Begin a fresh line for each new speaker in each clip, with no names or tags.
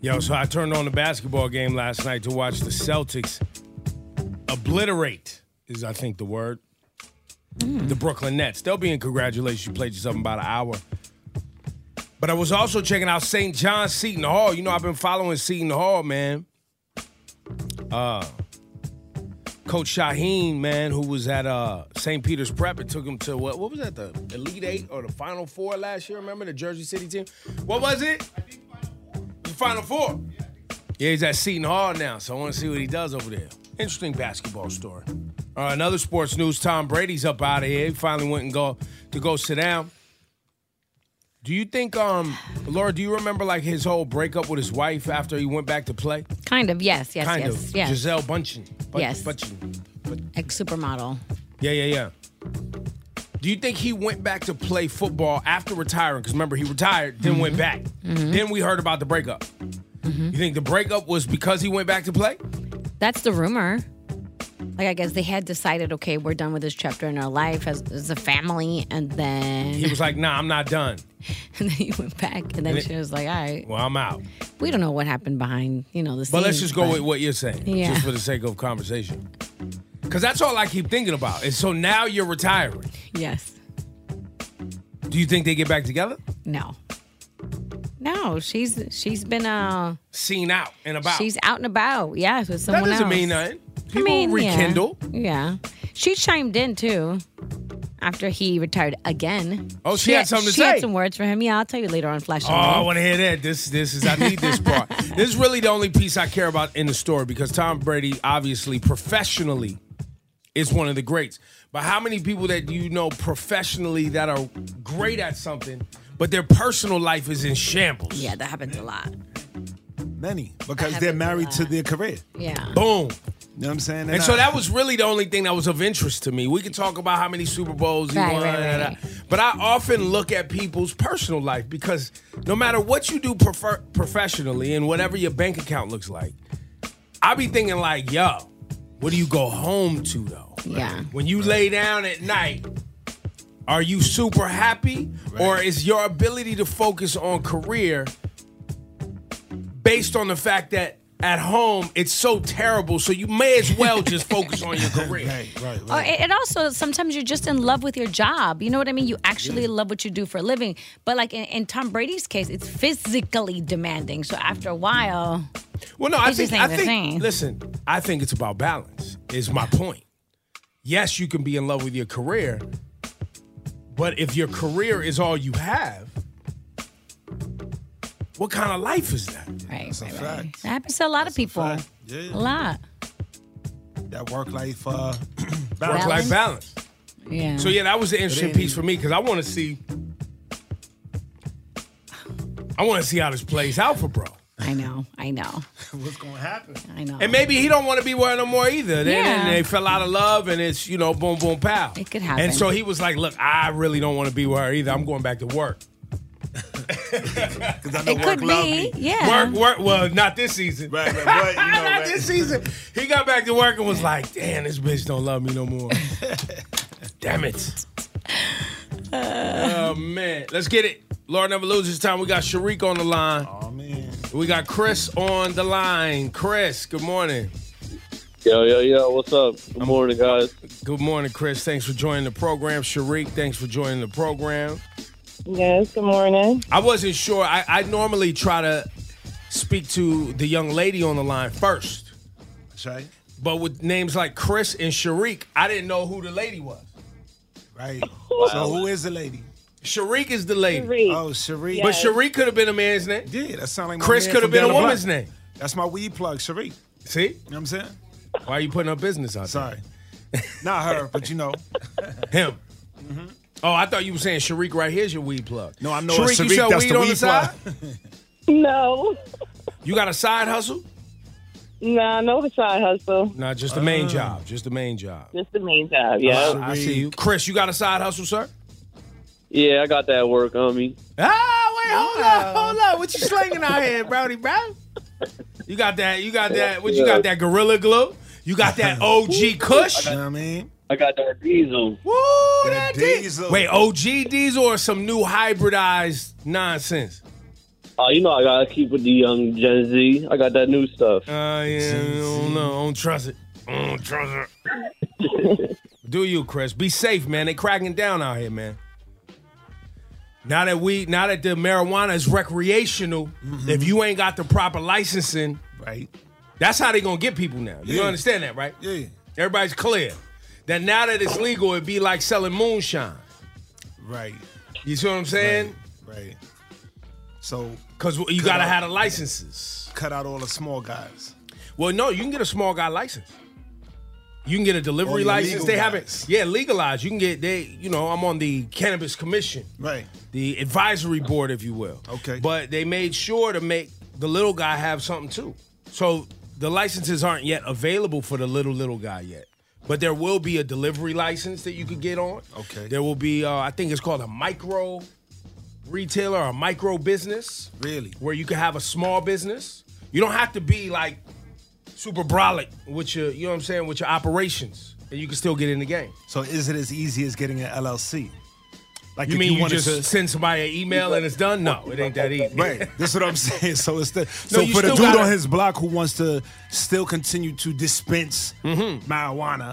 Yo, so I turned on the basketball game last night to watch the Celtics obliterate, is I think the word, the Brooklyn Nets. They'll be in congratulations. You played yourself in about an hour. But I was also checking out St. John's Seton Hall. You know, I've been following Seton Hall, man. Uh, Coach Shaheen, man, who was at uh, St. Peter's Prep, it took him to what? What was that? The Elite Eight or the Final Four last year? Remember the Jersey City team? What was it? The Final Four. Yeah, he's at Seton Hall now, so I want to see what he does over there. Interesting basketball story. Uh, another sports news: Tom Brady's up out of here. He finally went and go to go sit down. Do you think, um, Laura? Do you remember like his whole breakup with his wife after he went back to play?
Kind of, yes, yes,
Kind
yes,
of.
yes.
Giselle Bundchen. Bun-
Yes.
Bundchen.
Ex supermodel.
Yeah, yeah, yeah. Do you think he went back to play football after retiring? Because remember, he retired, then
Mm-hmm.
went back. Then we heard about the breakup. You think the breakup was because he went back to play?
Mm-hmm. That's the rumor. Like I guess they had decided, okay, we're done with this chapter in our life as, as a family, and then
He was like, "Nah, I'm not done.
and then you went back, and then
it-
she was like, all right,
Well, I'm out."
we don't know what happened behind, you know, the scenes.
But let's just go
but-
with what you're saying,
Yeah.
just for the sake of conversation. Because that's all I keep thinking about. And so now you're retiring.
yes,
Do you think they get back together?
no, no. She's she's been uh
Seen out and about.
she's out and about, yeah, with
that
someone
doesn't
else.
mean nothing.
I
People
mean, yeah.
rekindle.
Yeah. she chimed in too after he retired again.
Oh, she had something to
she had
say.
some words for him. Yeah, I'll tell you later on Flash.
Oh, I want to hear that. This, this is. I need this part. this is really the only piece I care about in the story because Tom Brady, obviously, professionally, is one of the greats. But how many people that you know professionally that are great at something, but their personal life is in shambles?
yeah, that happens a lot.
Many because
That
they're
happens a
married to
lot.
their career.
Yeah.
Boom.
You know what I'm saying? They're
And so
not-
that was really the only thing that was of interest to me. We could talk about how many Super Bowls he
Right,
won,
right, right, right.
but I often look at people's personal life because no matter what you do prefer- professionally and whatever your bank account looks like, I be thinking like, yo, what do you go home to though?
Yeah.
When you lay down at night, are you super happy or is your ability to focus on career based on the fact that at home it's so terrible so you may as well just focus on your career
Right, right,
Oh,
right.
and and also sometimes you're just in love with your job. You know what I mean? You actually love what you do for a living. But like in, in Tom Brady's case, it's physically demanding. So after a while,
well no i
It's
think
just
i
ain't the
think
same.
listen i think it's about balance is my point yes you can be in love with your career but if your career is all you have what kind of life is that
right?
a
right, right.
fact.
That happens to a lot of people. A,
fact. Yeah.
lot.
That work life uh,
work
balance.
Balance.
life balance
Yeah.
So yeah, that was an interesting piece for me because I want to see, I want to see how this plays out for bro.
I know. I know.
What's gonna happen?
I know.
And maybe he don't want to be where no more either. Then
Yeah.
and they fell out of love, and it's you know boom boom pow.
It could happen.
And so he was like, "Look, I really don't want to be where her either. I'm going back to work.
Because I know
it
work
could
love
be.
me.
Yeah.
Work, work. Well, not this season.
Right, right, right, you know,
not
right.
this season. He got back to work and was like, "Damn, this bitch don't love me no more. Damn it. oh man, let's get it. Lord never loses time. We got Sharik on the line.
Oh man.
We got Chris on the line. Chris, good morning.
Yo, yo, yo, what's up? Good morning, guys.
Good morning, Chris. Thanks for joining the program. Sharik, thanks for joining the program.
Yes, good morning.
I wasn't sure. I, I normally try to speak to the young lady on the line first,
That's right.
but with names like Chris and Sharik, I didn't know who the lady was.
Right. So who is the lady?
Sharik is the lady,
Reed.
Oh, Cherie.
but
Yes.
Sharik could have been a man's name.
Yeah, that sound like my
Chris
man
could
from
have been
down the
a
block.
woman's name.
That's my weed plug, Cherie. You
See,
know what I'm saying?
why are you putting up business out there?
Sorry. Not her, but you know.
Him. Oh, I thought you were saying Sharik right here's your weed plug.
No, I know
Sharik,
it's
you
Sharik,
sell
that's
weed
the
on the
weed
side.
plug.
No,
You got a side hustle?
nah, no side hustle.
No, just the
Uh.
main job. Just the main job.
Just the main
Uh,
job.
Oh,
Yeah.
Uh, I see you, Chris. You got a side hustle, sir?
Yeah, I got that work on me.
Ah, wait, hold up, hold up. What you slinging out here, Brody, bro? You got that? You got that? What you got? That gorilla glue? You got that OG Kush?
You know what I mean?
I got that diesel.
Woo, that oh.
That
di-
diesel.
Wait, OG diesel or some new hybridized nonsense?
Oh, you know I gotta keep with the young Gen Z. I got that new stuff.
Uh, yeah, I don't know. I don't trust it. I don't trust it. Do you, Chris? Be safe, man. They cracking down out here, man. Now that we, now that the marijuana is recreational,
Mm-hmm.
if you ain't got the proper licensing,
Right?
that's how they gonna get people now. You
Yeah.
understand that, right?
Yeah.
Everybody's clear that now that it's legal, it'd be like selling moonshine.
Right.
You see what I'm saying?
Right. So
Because you
Cut
gotta
out.
have the licenses.
cut out all the small guys.
Well, no, you can get a small guy license. You can get a
Or
delivery
the
license.
Oh, legal
They
guys.
haven't, yeah, legalized. You can get they, you know, I'm on the cannabis commission,
Right.
the advisory board, if you will.
Okay.
But they made sure to make the little guy have something too. So the licenses aren't yet available for the little little guy yet. But there will be a delivery license that you could get on.
Okay.
There will be, uh, I think it's called a micro retailer or a micro business
Really?
where you can have a small business. You don't have to be like super brolic with your, you know what I'm saying, with your operations, and you can still get in the game.
So is it as easy as getting an LLC? Like
You
if
mean you,
wanted
just
to-
send somebody an email and it's done? No, it ain't that easy.
Right. That's what I'm saying. So it's the so
you
for the
still
dude
gotta-
on his block who wants to still continue to dispense marijuana.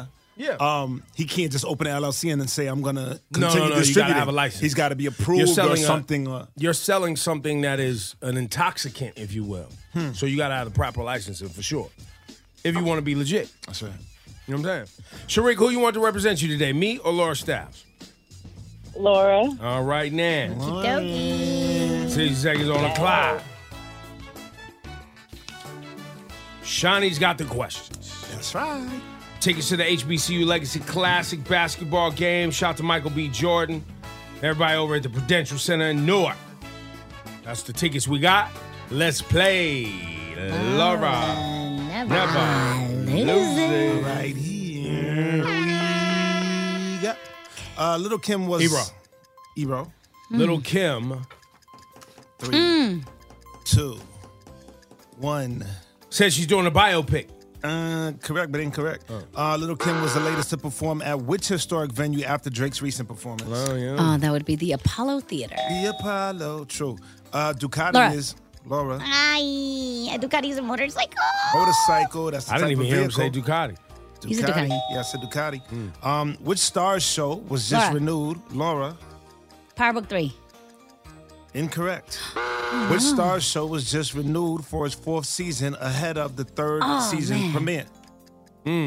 Mm-hmm. Yeah.
Um, he can't just open an LLC and then say I'm gonna
no,
continue
no, you
distributing.
gotta have a license.
He's got to be
You're
approved or
selling a-
something. uh,
You're selling something that is an intoxicant, if you will.
Hmm.
So you gotta have the proper licensing for sure, if you want to be legit.
That's right.
You know what I'm saying? Sharik, who you want to represent you today, me or Laura Styles?
Laura.
All right, now.
Dokie.
60 seconds on the clock. Shawnee's got the questions.
That's right.
Tickets to the HBCU Legacy Classic basketball game. Shout to Michael B. Jordan. Everybody over at the Prudential Center in Newark. That's the tickets we got. Let's play. Laura. Never lose it.
Right here. we got- Uh, Little Kim was
Ebro.
Ebro.
Little Kim
Three,
Mm.
two, one.
says she's doing a biopic. Oh.
Uh, correct, but incorrect. Uh, Little Kim was the latest to perform at which historic venue after Drake's recent performance?
yeah.
Oh, that would be the Apollo Theater.
The Apollo. True. Uh, Ducati
Laura.
is Laura.
Ay, Ducati's a motorcycle.
Motorcycle. That's the
I
type
didn't even
of
hear him
vehicle.
say Hmm. Ducati.
He's a Ducati.
Yeah, I said Ducati. Um, which stars show was just
Laura.
renewed? Laura.
Powerbook 3.
Incorrect.
Mm-hmm.
Which stars show was just renewed for its fourth season ahead of the third
Oh,
season
man.
premiere?
Hmm.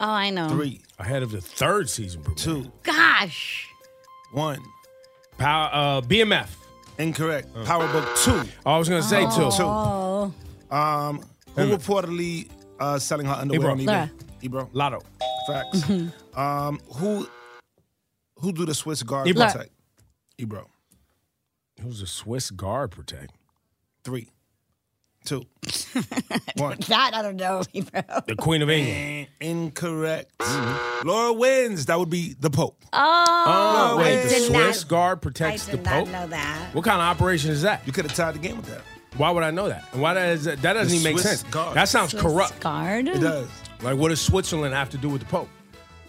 Oh, I know.
Three,
Ahead of the third season. premiere.
two,
Gosh.
one.
Power, uh, BMF.
Incorrect. Power Book two.
Oh. I was going to say two.
Oh.
Um, who reportedly uh, selling her underwear
Ebro.
on eBay?
Laura.
Ebro.
Lotto. Mm-hmm.
Facts. um, who who do the Swiss guard
Ebro.
protect? Ebro.
Who's a Swiss guard protect?
Three, two, one.
That I don't know, bro.
The Queen of England.
And Eh, Incorrect. Mm-hmm. Laura wins. That would be the Pope.
Oh,
Oh, wait,
I
the
did
Swiss
not, I
guard protects the
did
Pope?
not know that.
What kind of operation is that?
You could have tied the game with that.
Why would I know that? And why does that doesn't
The
even make
Swiss
sense?
guard.
That sounds
Swiss
corrupt.
guard?
It does.
Like what does Switzerland have to do with the Pope?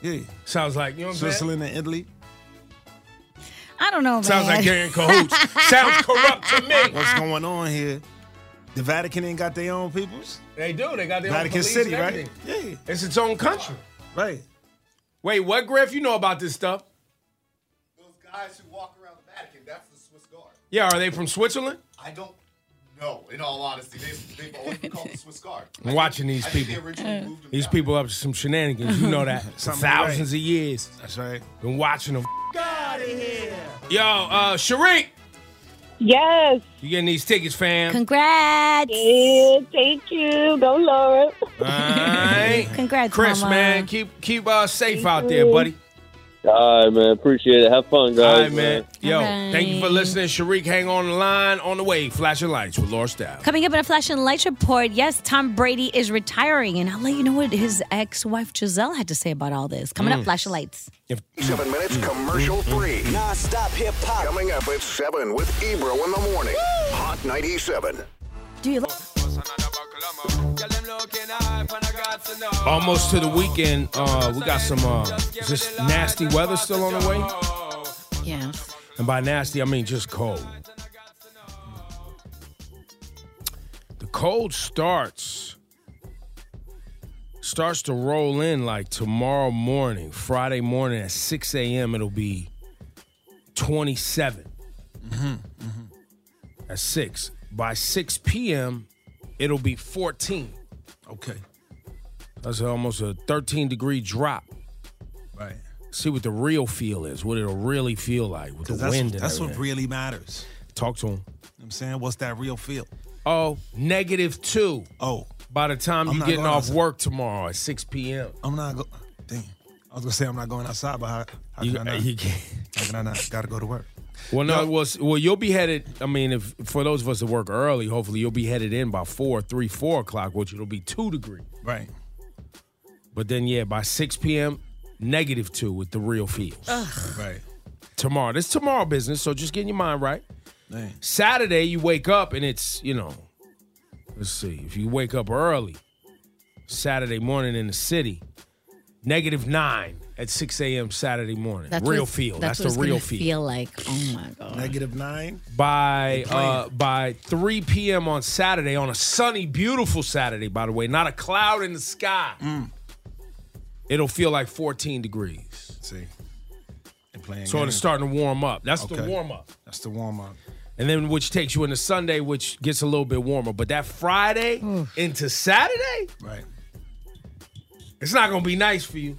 Yeah.
Sounds like, you know what I'm saying?
Switzerland and Italy.
I don't know, Oh, man.
Sounds like they're in cahoots. sounds corrupt to me.
What's going on here? The Vatican ain't got their own peoples.
They do. They got their own
Vatican
police
City,
and
right?
everything.
Yeah.
It's its own country.
Right.
Wait, what, Griff? You know about this stuff?
Those guys who walk around the Vatican, that's the Swiss Guard.
Yeah, are they from Switzerland?
I don't know, in all honesty. They've, they've always been called the Swiss Guard.
I'm watching these
I think they
people.
Mm.
originally moved them
These
down.
people up to some shenanigans. You know that. For
Something
thousands of years.
That's right.
Been watching them. Yo, uh, Sharik,
Yes.
you getting these tickets, fam?
Congrats.
Yeah, thank you. Go, Laura.
All right.
Congrats,
Chris,
Mama.
man, keep keep uh, safe out there, buddy.
All right, man. Appreciate it. Have fun, guys.
All right, man. Yo,
All
thank you for
right.
listening, Sharik. Hang on the line on the way. Flashing lights with Laura Staff.
Coming up in a flash and lights report, yes, Tom Brady is retiring, and I'll let you know what his ex-wife Giselle had to say about all this. Coming
Mm.
up, flash and lights.
Seven minutes commercial free.
Non-stop hip hop.
Coming up at seven with Ebro in the morning. Hot 97.
Do you
Almost to the weekend. Uh, we got some uh, just nasty weather still on the way,
Yeah.
and by nasty I mean just cold. cold starts starts to roll in like tomorrow morning, Friday morning at 6 a.m. It'll be 27
Mm-hmm,
at 6. By 6 p.m., it'll be 14.
Okay.
That's almost a 13 degree drop.
Right.
See what the real feel is, what it'll really feel like with the
Because that's,
wind. and
that's what
everything.
really matters.
Talk to him.
You know what I'm saying, what's that real feel?
Oh, negative two.
Oh,
By the time
I'm
you're
not
getting
going
off
outside.
work tomorrow at 6 p.m.,
I'm not going. Damn. I was gonna say I'm not going outside, but how, how
you,
can I not?
you can't.
how can I not? Gotta go to work.
Well, no,
No.
well, s- well, you'll be headed. I mean, if for those of us that work early, hopefully you'll be headed in by four, three, four o'clock, which it'll be two degrees.
Right.
But then, yeah, by six p.m., negative two with the real feels.
Right.
Tomorrow, this tomorrow business. So just getting your mind right.
Dang.
Saturday, you wake up and it's you know, let's see, if you wake up early, Saturday morning in the city, negative nine at six a.m. Saturday morning.
That's
real
what it's-
feel. That's,
what it's
the real
gonna
feel.
Feel like oh my god.
Negative nine.
by
plan.
uh, by 3 p.m. on Saturday, on a sunny, beautiful Saturday, by the way, not a cloud in the sky.
Mm.
It'll feel like 14 degrees.
See. And playing.
So it's
games.
starting to warm up. That's the
Okay.
warm up.
That's the warm up.
And then which takes you into Sunday, which gets a little bit warmer. But that Friday into Saturday,
Right.
it's not gonna be nice for you.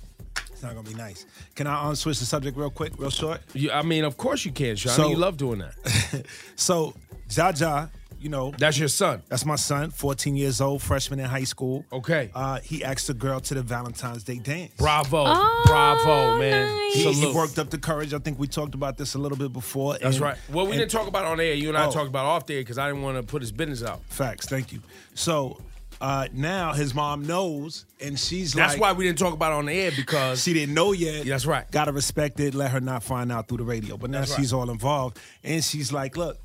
It's not gonna be nice. Can I um, switch the subject real quick, real short?
you I mean, of course you can, Sean.
So-
you love doing that.
So, Jaja, you know,
That's your son.
that's my son, 14 years old, freshman in high school.
Okay.
Uh, he asked a girl to the Valentine's Day dance.
Bravo.
Oh,
Bravo, man.
nice.
He, he
Salute.
worked up the courage. I think we talked about this a little bit before.
That's
and-
right. Well, we
and-
didn't talk about it on air. You and I
Oh.
talked about it off there because I didn't want to put his business out.
Facts. Thank you. So uh, now his mom knows, and she's
That's
like,
why we didn't talk about it on the air because
she didn't know yet.
That's right.
Gotta respect it. Let her not find out through the radio. But now
That's right.
she's all involved, and she's like, look,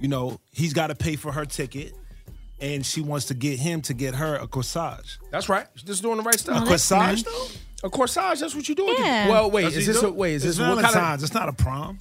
you know, he's got to pay for her ticket, and she wants to get him to get her a corsage.
that's right. She's just doing the right stuff.
Oh,
A,
that's
corsage
nice.
though.
corsage. That's what you do.
Yeah.
Well, wait.
That's
Is
what
this
you
a
do?
wait? Is
it's
this what
Valentine's?
kind of?
It's not a prom.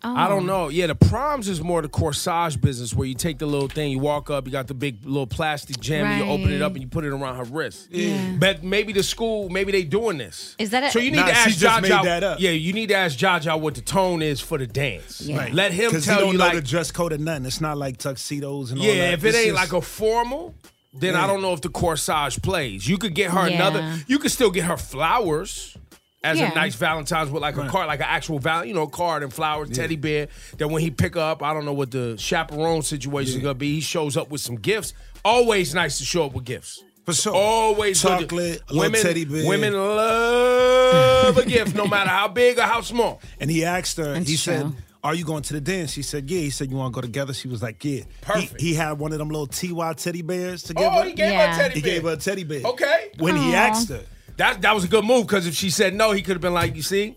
I
Oh.
don't know. Yeah, the proms is more the corsage business where you take the little thing, you walk up, you got the big little plastic gem, and you open it
Right.
up and you put it around her wrist.
Yeah.
But maybe the school, maybe they doing this.
Is that a-
so? You need
Nah,
to ask
she just made
Jaja.
that up.
Yeah, you need to ask Jaja what the tone is for the dance.
Yeah. Right.
Let him
'Cause he
tell
don't
you
know
like
the dress code or nothing. It's not like tuxedos and all that.
Yeah, if it
It's
ain't
just-
like a formal, then I
Yeah.
don't know if the corsage plays. You could get her
Yeah.
another. You could still get her flowers as
Yeah.
a nice Valentine's with like a card, like an actual val, you know, card and flowers, teddy bear. That when he pick up, I don't know what the chaperone situation is gonna be. He shows up with some gifts. Always nice to show up with gifts.
For sure.
Always good to-
Chocolate, a little teddy bear.
Women love a gift, no matter how big or how small.
And he asked her,
That's
he said,
true.
Are you going to the dance? She said, Yeah. He said, You want to go together? She was like, Yeah. He-
Perfect.
He, had one of them little TY teddy bears to give
Oh,
her.
he gave
Yeah.
her a teddy
He
bear.
gave her a teddy bear.
Okay.
When he
Aw.
asked her
That that was a good move because if she said no, Oh, he could have been like, you see,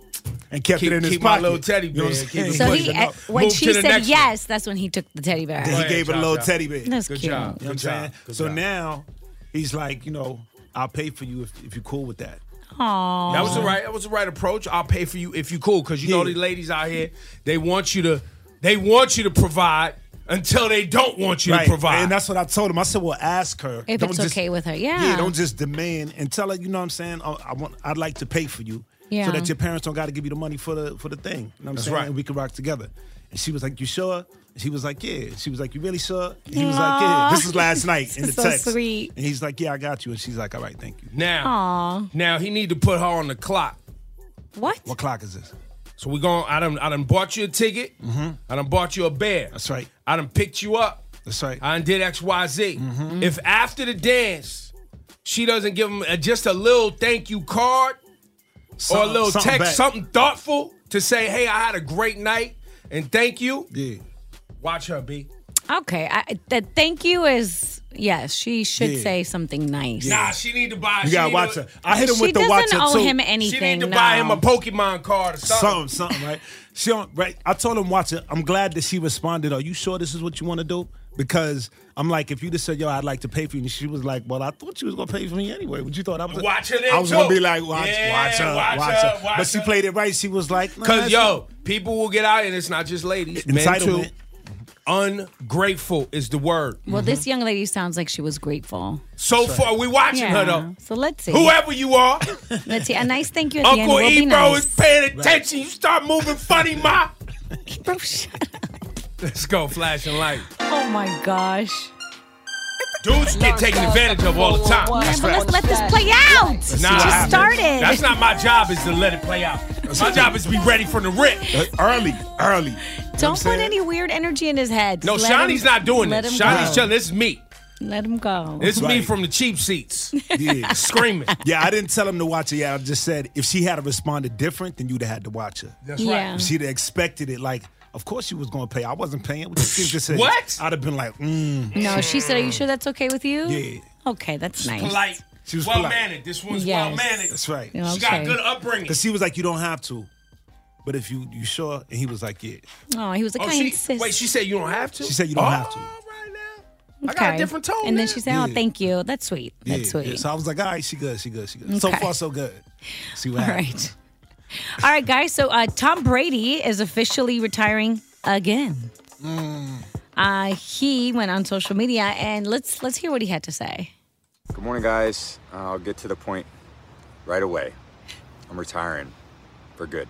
and kept
Keep-
it in his
keep my
pocket.
little teddy
You know what I'm
bear.
saying?
Keep it
So
But
he, eh,
you know,
when
move to
she
the
said
next one.
yes, that's when he took the teddy bear.
Then
Go
he
ahead,
gave her a little
Jaja.
teddy bear.
That's
Good
cute.
You
job.
know what I'm
Good job.
saying?
Good
So
job.
now he's like, You know, I'll pay for you if, if you're cool with that.
Aw.
That was the right. That was the right approach. I'll pay for you if you cool, because you know
Yeah.
these ladies out here, they want you to, they want you to provide until they don't want you
Right.
to provide.
And that's what I told him. I said, Well, ask her.
If
Don't
it's
just-
okay with her, yeah.
Yeah, don't just demand and tell her, you know what I'm saying? Oh, I, I want I'd like to pay for you.
Yeah.
So that your parents don't gotta give you the money for the for the thing. You know what I'm
That's
saying?
right.
And we can rock together. And she was like, You sure? And she was like, Yeah. She was like, You really sure? And he was like, Yeah.
Aw.
This is last night in the
So
text.
sweet.
And he's like, Yeah, I got you. And she's like, All right, thank you.
now,
Aw.
now he need to put her on the clock.
What?
What clock is this?
So we going. I done. I done bought you a ticket. I done bought you a bear.
That's right.
I done picked you up.
That's right. Mm-hmm.
I done did X Y Z. If after the dance, she doesn't give him a, just a little thank you card, or a
Something-
little
something
text,
back.
something thoughtful to say, "Hey, I had a great night and thank you."
Yeah.
Watch her, B.
Okay. I, the thank you is yes. She should
Yeah.
say something nice.
Nah, she need to buy.
You
she
gotta
need
watch
to,
her. I hit him
She
with the
doesn't
watch her
owe
too.
him
She
anything.
need to
no.
buy him a Pokemon card or
Something,
something.
something, right? She don't, right? I told him, watch it. I'm glad that she responded. Are you sure this is what you want to do? Because I'm like, if you just said, yo, I'd like to pay for you, and she was like, well, I thought you was gonna pay for me anyway. What you thought I was?
Watch her then,
I was gonna
too.
be like, watch,
Yeah,
watch her,
watch
watch,
her,
her.
watch
But she
her.
played it right. She was like, nah,
Cause
that's
yo, people will get out, and it's not just ladies, men too.
Entitlement.
Ungrateful is the word.
Well, this young lady sounds like she was grateful.
Mm-hmm. So far, we watching her though.
So let's see.
Whoever you are,
Let's see. A nice thank you at the end
Uncle
will be
Ebro
nice.
is paying attention. You start moving funny, ma.
Ebro, shut up.
Let's go, flashing light.
Oh my gosh.
Dudes get taken advantage of all the time.
Yeah, but let's let this play out. She
Nah,
just started.
That's not my job. Is to let it play out. My job is to be ready from the rip.
Uh, Early, early.
Don't
what I'm
put
saying?
any weird energy in his head.
No,
Let
Shawnee's
him-
not doing
let
this.
him
Shawnee's
go.
chilling. This is me.
Let him go.
This is me
Right.
from the cheap seats,
Yeah.
screaming.
Yeah, I didn't tell him to watch it yet. I just said if she had responded different, then you'd have had to watch her.
That's
yeah.
If she'd have expected it, like, of course she was going to pay. I wasn't paying. What you think this is?
What?
I'd have been like, mm.
No, she said, "Are you sure that's okay with you?"
Yeah.
Okay, that's nice.
Polite.
She was
well
polite.
mannered. This one's
Yes.
well mannered.
That's right.
Yeah.
She got
Okay.
good upbringing.
Because she was like, you don't have to. But if you you sure, and he was like, yeah.
Oh, he was like,
Oh,
"I
she,
insist."
wait, she said you don't have to.
She said you don't
Oh,
have to.
all right now. I got a
Okay.
different tone.
And
now.
then she said, "Oh, thank you. That's sweet. That's
yeah,
sweet."
yeah. So I was like, all right, she good, she good, she good. So
Okay.
far, so good. See what
All
happens.
right. All right, guys. So uh, Tom Brady is officially retiring again. Uh, he went on social media and let's let's hear what he had to say.
Good morning, guys. I'll get to the point right away. I'm retiring for good.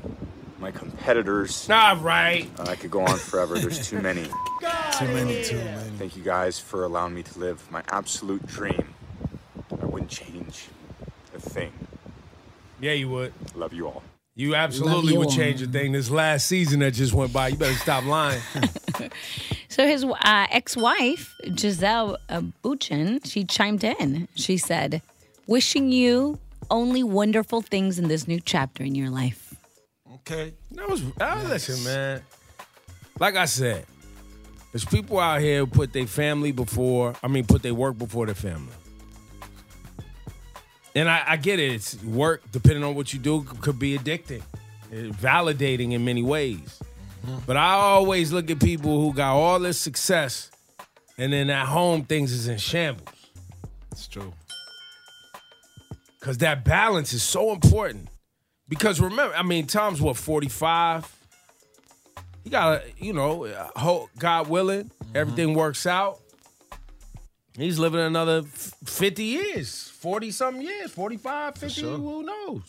my competitors.
All right.
Uh, I could go on forever. There's too many.
Too many, too many.
Thank you guys for allowing me to live my absolute dream. I wouldn't change a thing.
Yeah, you would.
Love you all.
You absolutely
you
would
all.
change a thing. This last season that just went by, you better stop lying.
So his uh, ex-wife Giselle uh, Bündchen, she chimed in. She said, "Wishing you only wonderful things in this new chapter in your life."
Okay.
That was ah, listen, man. Like I said, there's people out here who put their family before. I mean, put their work before their family. And I, I get it. It's work, depending on what you do, c- could be addicting, eh, validating in many ways.
Mm-hmm.
But I always look at people who got all this success, and then at home things is in shambles.
It's true.
Because that balance is so important. Because remember, I mean, Tom's what, 45? He got, to you know, I hope, God willing, everything works out. He's living another f- 50 years, 40 something years, 45, 50, who knows?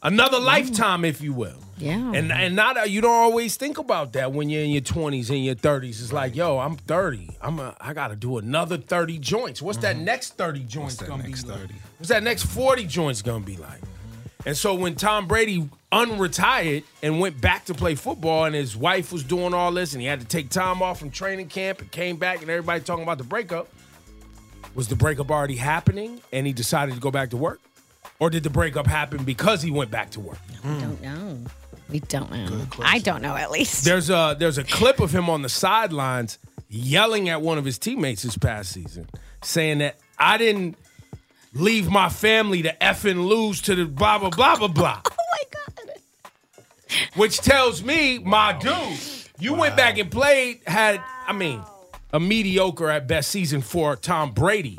Another lifetime, if you will.
Yeah.
And and not uh, you don't always think about that when you're in your 20s and your 30s. It's like, yo, I'm 30. I'm a, I got to do another 30 joints. What's that next 30 joints
that
going to be
next
like?
30?
What's that next 40 joints going to be like? And so when Tom Brady unretired and went back to play football and his wife was doing all this and he had to take time off from training camp and came back and everybody talking about the breakup, was the breakup already happening and he decided to go back to work? Or did the breakup happen because he went back to work?
We don't know. We don't know. I don't know at least.
There's a there's a clip of him on the sidelines yelling at one of his teammates this past season, saying that I didn't leave my family to effing lose to the blah blah blah blah blah.
oh my god.
Which tells me, my dude, you went back and played, had I mean, a mediocre at best season for Tom Brady.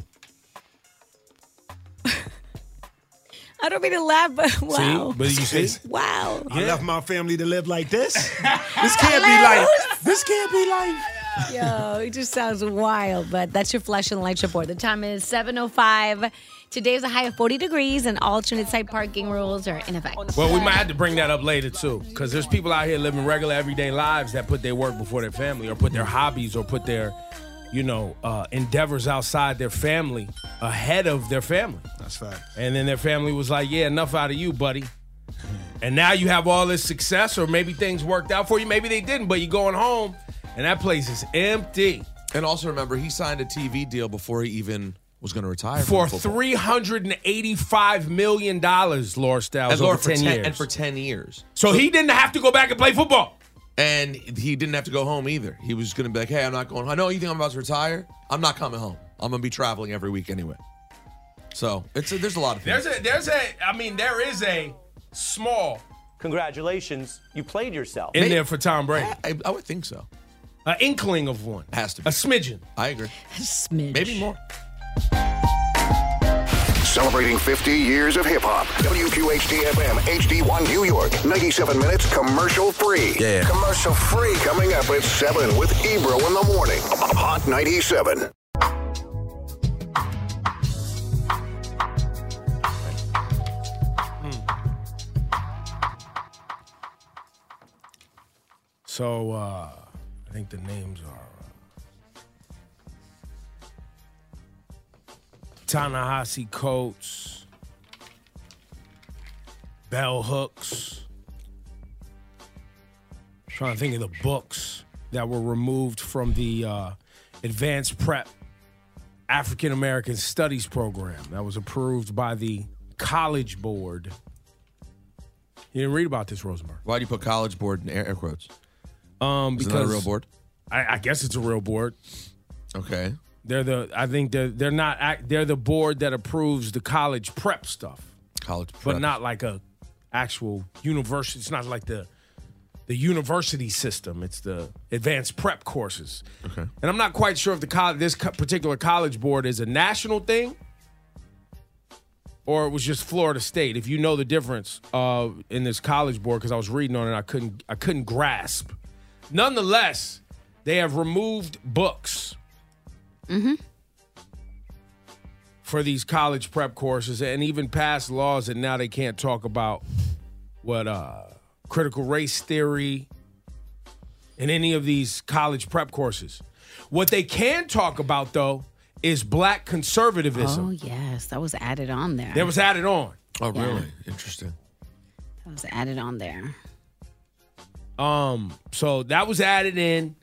I don't mean to laugh, but
See?
wow.
But you see,
Wow.
I left my family to live like this. this can't be life. This can't be life.
Yo, it just sounds wild, but that's your flash and light report. The time is 7.05. Today's a high of 40 degrees, and alternate site parking rules are in effect.
well, we might have to bring that up later too, because there's people out here living regular everyday lives that put their work before their family, or put their hobbies, or put their, you know, uh, endeavors outside their family ahead of their family.
That's fact.
And then their family was like, yeah, enough out of you, buddy. And now you have all this success, or maybe things worked out for you, maybe they didn't, but you're going home and that place is empty
And also remember, he signed a TV deal before he even was going to retire
for
from football.
$385 million, Laura Styles,
And Lord,
over
for
10 years.
and for ten years.
so he didn't have to go back and play football.
And he didn't have to go home either. He was going to be like, hey, I'm not going home. I know you think I'm about to retire. I'm not coming home. I'm going to be traveling every week anyway. So it's there's a lot of things.
There's a there's a I mean there is a small
Congratulations, you played yourself.
in there for Tom Brady.
I, I would think so.
An inkling of one.
Has to
A
be.
smidgen.
I agree.
Smidge.
Maybe more.
Celebrating 50 years of hip hop. WQHD FM HD1 New York. 97 minutes commercial free.
Yeah.
Commercial free. Coming up at 7 with Ebro in the morning. Hot 97.
So uh I think the names are uh, Tanahasi Coates, Bell Hooks. trying to think of the books that were removed from the uh, advanced prep African American Studies program that was approved by the College Board. You didn't read about this, Rosenberg.
Why do you put college board in air, air quotes?
Um,
Is
because
it not a real board?
I, I guess it's a real board.
Okay.
They're the I think they're they're not act- they're the board that approves the college prep stuff,
College
but
prep.
not like a actual university. It's not like the the university system. It's the advanced prep courses. Okay. And I'm not quite sure if the college this co- particular college board is a national thing or it was just Florida State. If you know the difference uh, in this college board, because I was reading on it, I couldn't I couldn't grasp. Nonetheless, they have removed books for these college prep courses and even passed laws that now they can't talk about what uh, critical race theory in any of these college prep courses. What they can talk about though is black conservatism.
Oh yes, that was added on there.
That was added on.
Oh, really? Interesting.
that was added on there.
Um, so that was added in,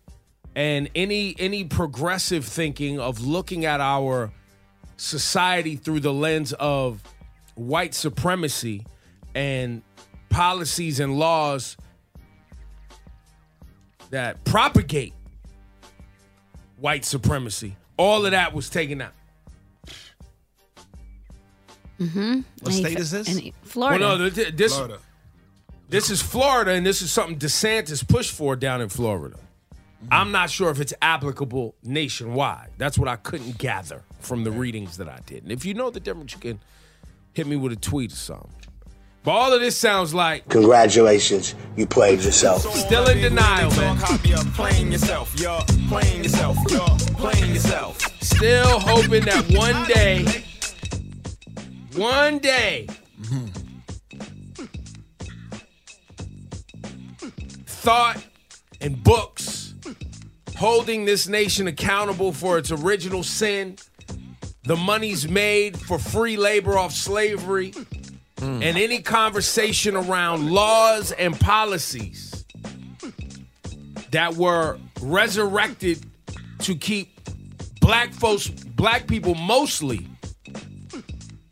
and any any progressive thinking of looking at our society through the lens of white supremacy and policies and laws that propagate white supremacy. All of that was taken out.
What
Mm-hmm. And he
state
fe-
is this?
and he- Florida.
Well, no, th- this
Florida.
This is Florida, and this is something DeSantis pushed for down in Florida. I'm not sure if it's applicable nationwide. That's what I couldn't gather from the readings that I did. And if you know the difference, you can hit me with a tweet or something. But all of this sounds like
Congratulations, you played yourself.
still in denial, man.
Playing yourself, you're playing yourself, you're playing yourself.
Still hoping that one day, one day, thought and books holding this nation accountable for its original sin, the monies made for free labor off slavery, and any conversation around laws and policies that were resurrected to keep black folks, black people mostly,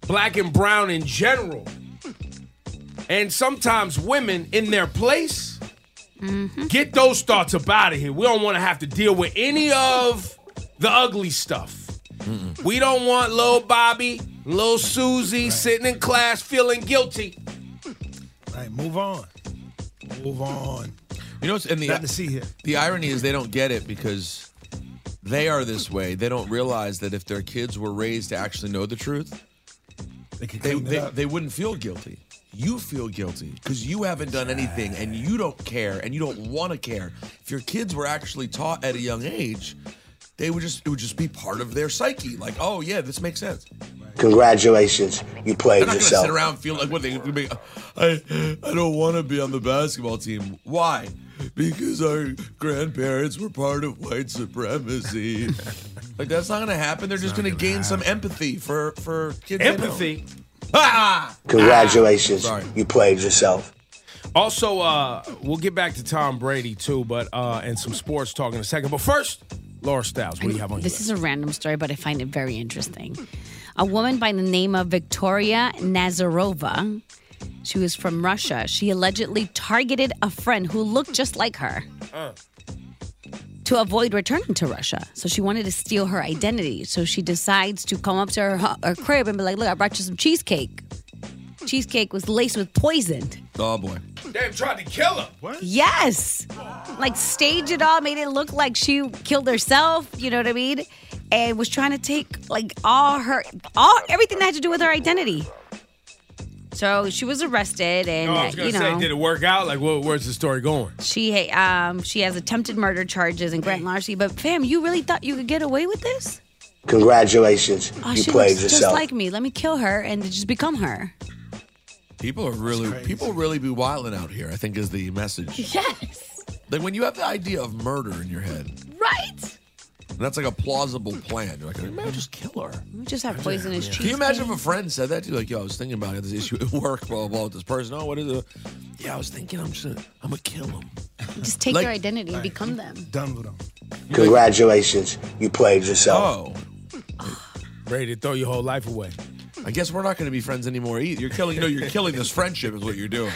black and brown in general, and sometimes women in their place. Get those thoughts up out of here. We don't want to have to deal with any of the ugly stuff. We don't want little Bobby, little Susie sitting in class feeling guilty.
All right, move on. Move on.
You know, it's in the
Nothing to see here.
The irony is they don't get it because they are this way. They don't realize that if their kids were raised to actually know the truth,
They can
they
clean it
they,
up.
they wouldn't feel guilty. You feel guilty because you haven't done anything and you don't care and you don't want to care. If your kids were actually taught at a young age, they would just it would just be part of their psyche. Like, oh yeah, this makes sense.
Congratulations, you
They're
played
not gonna
yourself.
sit around and feel like what they be, I I don't want to be on the basketball team. Why? Because our grandparents were part of white supremacy. like that's not gonna happen. They're just gonna, gain some empathy for for kids. they know.
Empathy.
Ah!
Congratulations,
Sorry.
you played yourself.
Also, uh, we'll get back to Tom Brady too, but uh, and some sports talk in a second. But first, Laura Styles, what do you have on
This
your
is a random story, but I find it very interesting. A woman by the name of Victoria Nazarova, she was from Russia. She allegedly targeted a friend who looked just like her.
Uh,
to avoid returning to Russia. So she wanted to steal her identity. So she decides to come up to her, hu- her crib and be like, Look, I brought you some cheesecake. Cheesecake was laced with poison.
Oh boy.
Damn, tried to kill him. What?
Yes. Like staged it all, made it look like she killed herself, you know what I mean? And was trying to take like all her all everything that had to do with her identity. So she was arrested and
No, Oh, I was
uh,
gonna
you know
say, did it work out? Like, what, where's the story going?
she um she has attempted murder charges and grand larceny, but fam, you really thought you could get away with this?
Congratulations,
Oh,
you
she
played
looks just
yourself.
like me. Let me kill her and just become her.
People are really people really be wilding out here. I think is the message.
Yes.
Like when you have the idea of murder in your head,
Right?
and that's like a plausible plan. You're like, "Man, I'll just kill her.
We just have poisonous cheese.
Can you imagine if a friend said that to you? Like, yo, I was thinking about this issue at work, blah blah. blah with this person, oh, what is it? Yeah, I was thinking, I'm just, gonna, I'm gonna kill him.
Just take
Like-
their identity and become them.
Done with them.
Congratulations, you played yourself.
Oh,
Brady, throw your whole life away.
I guess we're not gonna be friends anymore either. You're killing. No, you're killing this friendship is what you're doing.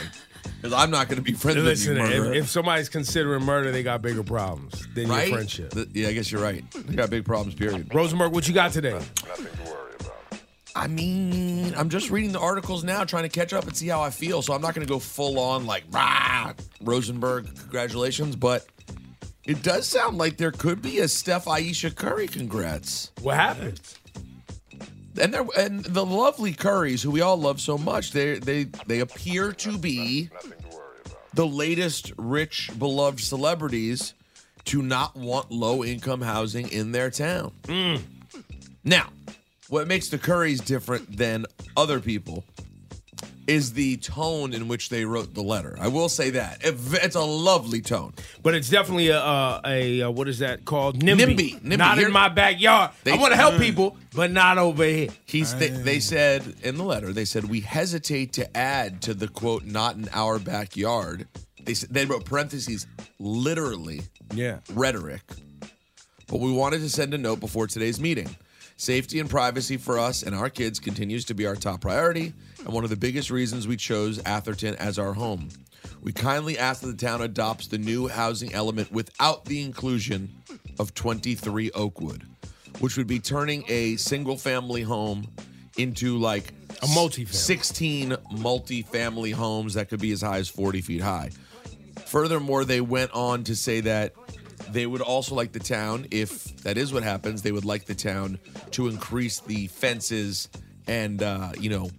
Because I'm not gonna be friends
Listen,
with you,
if,
murderer.
if somebody's considering murder, they got bigger problems than
right?
your friendship.
Th- Yeah, I guess you're right. They got big problems. Period.
Rosenberg, what you got today?
I mean, I'm just reading the articles now, trying to catch up and see how I feel. So I'm not going to go full on like, rah, Rosenberg, congratulations. But it does sound like there could be a Steph Aisha Curry congrats.
What happened?
And there, and the lovely Currys, who we all love so much, they they they appear to be the latest rich, beloved celebrities to not want low income housing in their town.
Mm.
Now, what makes the Currys different than other people is the tone in which they wrote the letter. I will say that. It- It's a lovely tone.
But it's definitely a, uh, a, uh what is that called? NIMBY.
NIMBY. NIMBY.
Not
Here-
in my backyard.
They-
I want to help
Mm.
people, but not over here.
He's they, they said in the letter they said we hesitate to add to the quote not in our backyard. They said they wrote parentheses literally
Yeah.
rhetoric. But we wanted to send a note before today's meeting. Safety and privacy for us and our kids continues to be our top priority and one of the biggest reasons we chose Atherton as our home. We kindly ask that the town adopts the new housing element without the inclusion of 23 Oakwood, which would be turning a single family home into like a multi 16 multi-family homes that could be as high as 40 feet high. Furthermore, they went on to say that they would also like the town, if that is what happens, they would like the town to increase the fences and, uh, you know,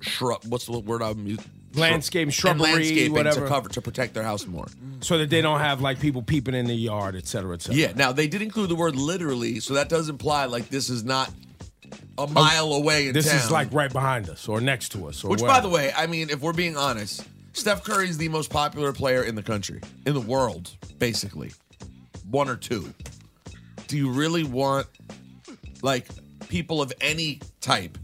shrub. What's the word I'm using?
Landscape,
and
shrubbery,
landscaping
whatever.
to cover to protect their house more.
So that they don't have like people peeping in the yard, et cetera, et cetera.
Yeah. Now they did include the word literally, so that does imply like this is not a mile away in
Oh, This
town.
is like right behind us or next to us. Or
Which, by
wherever.
the way, I mean, if we're being honest, Steph Curry is the most popular player in the country, in the world, basically. One or two. Do you really want, like, people of any type,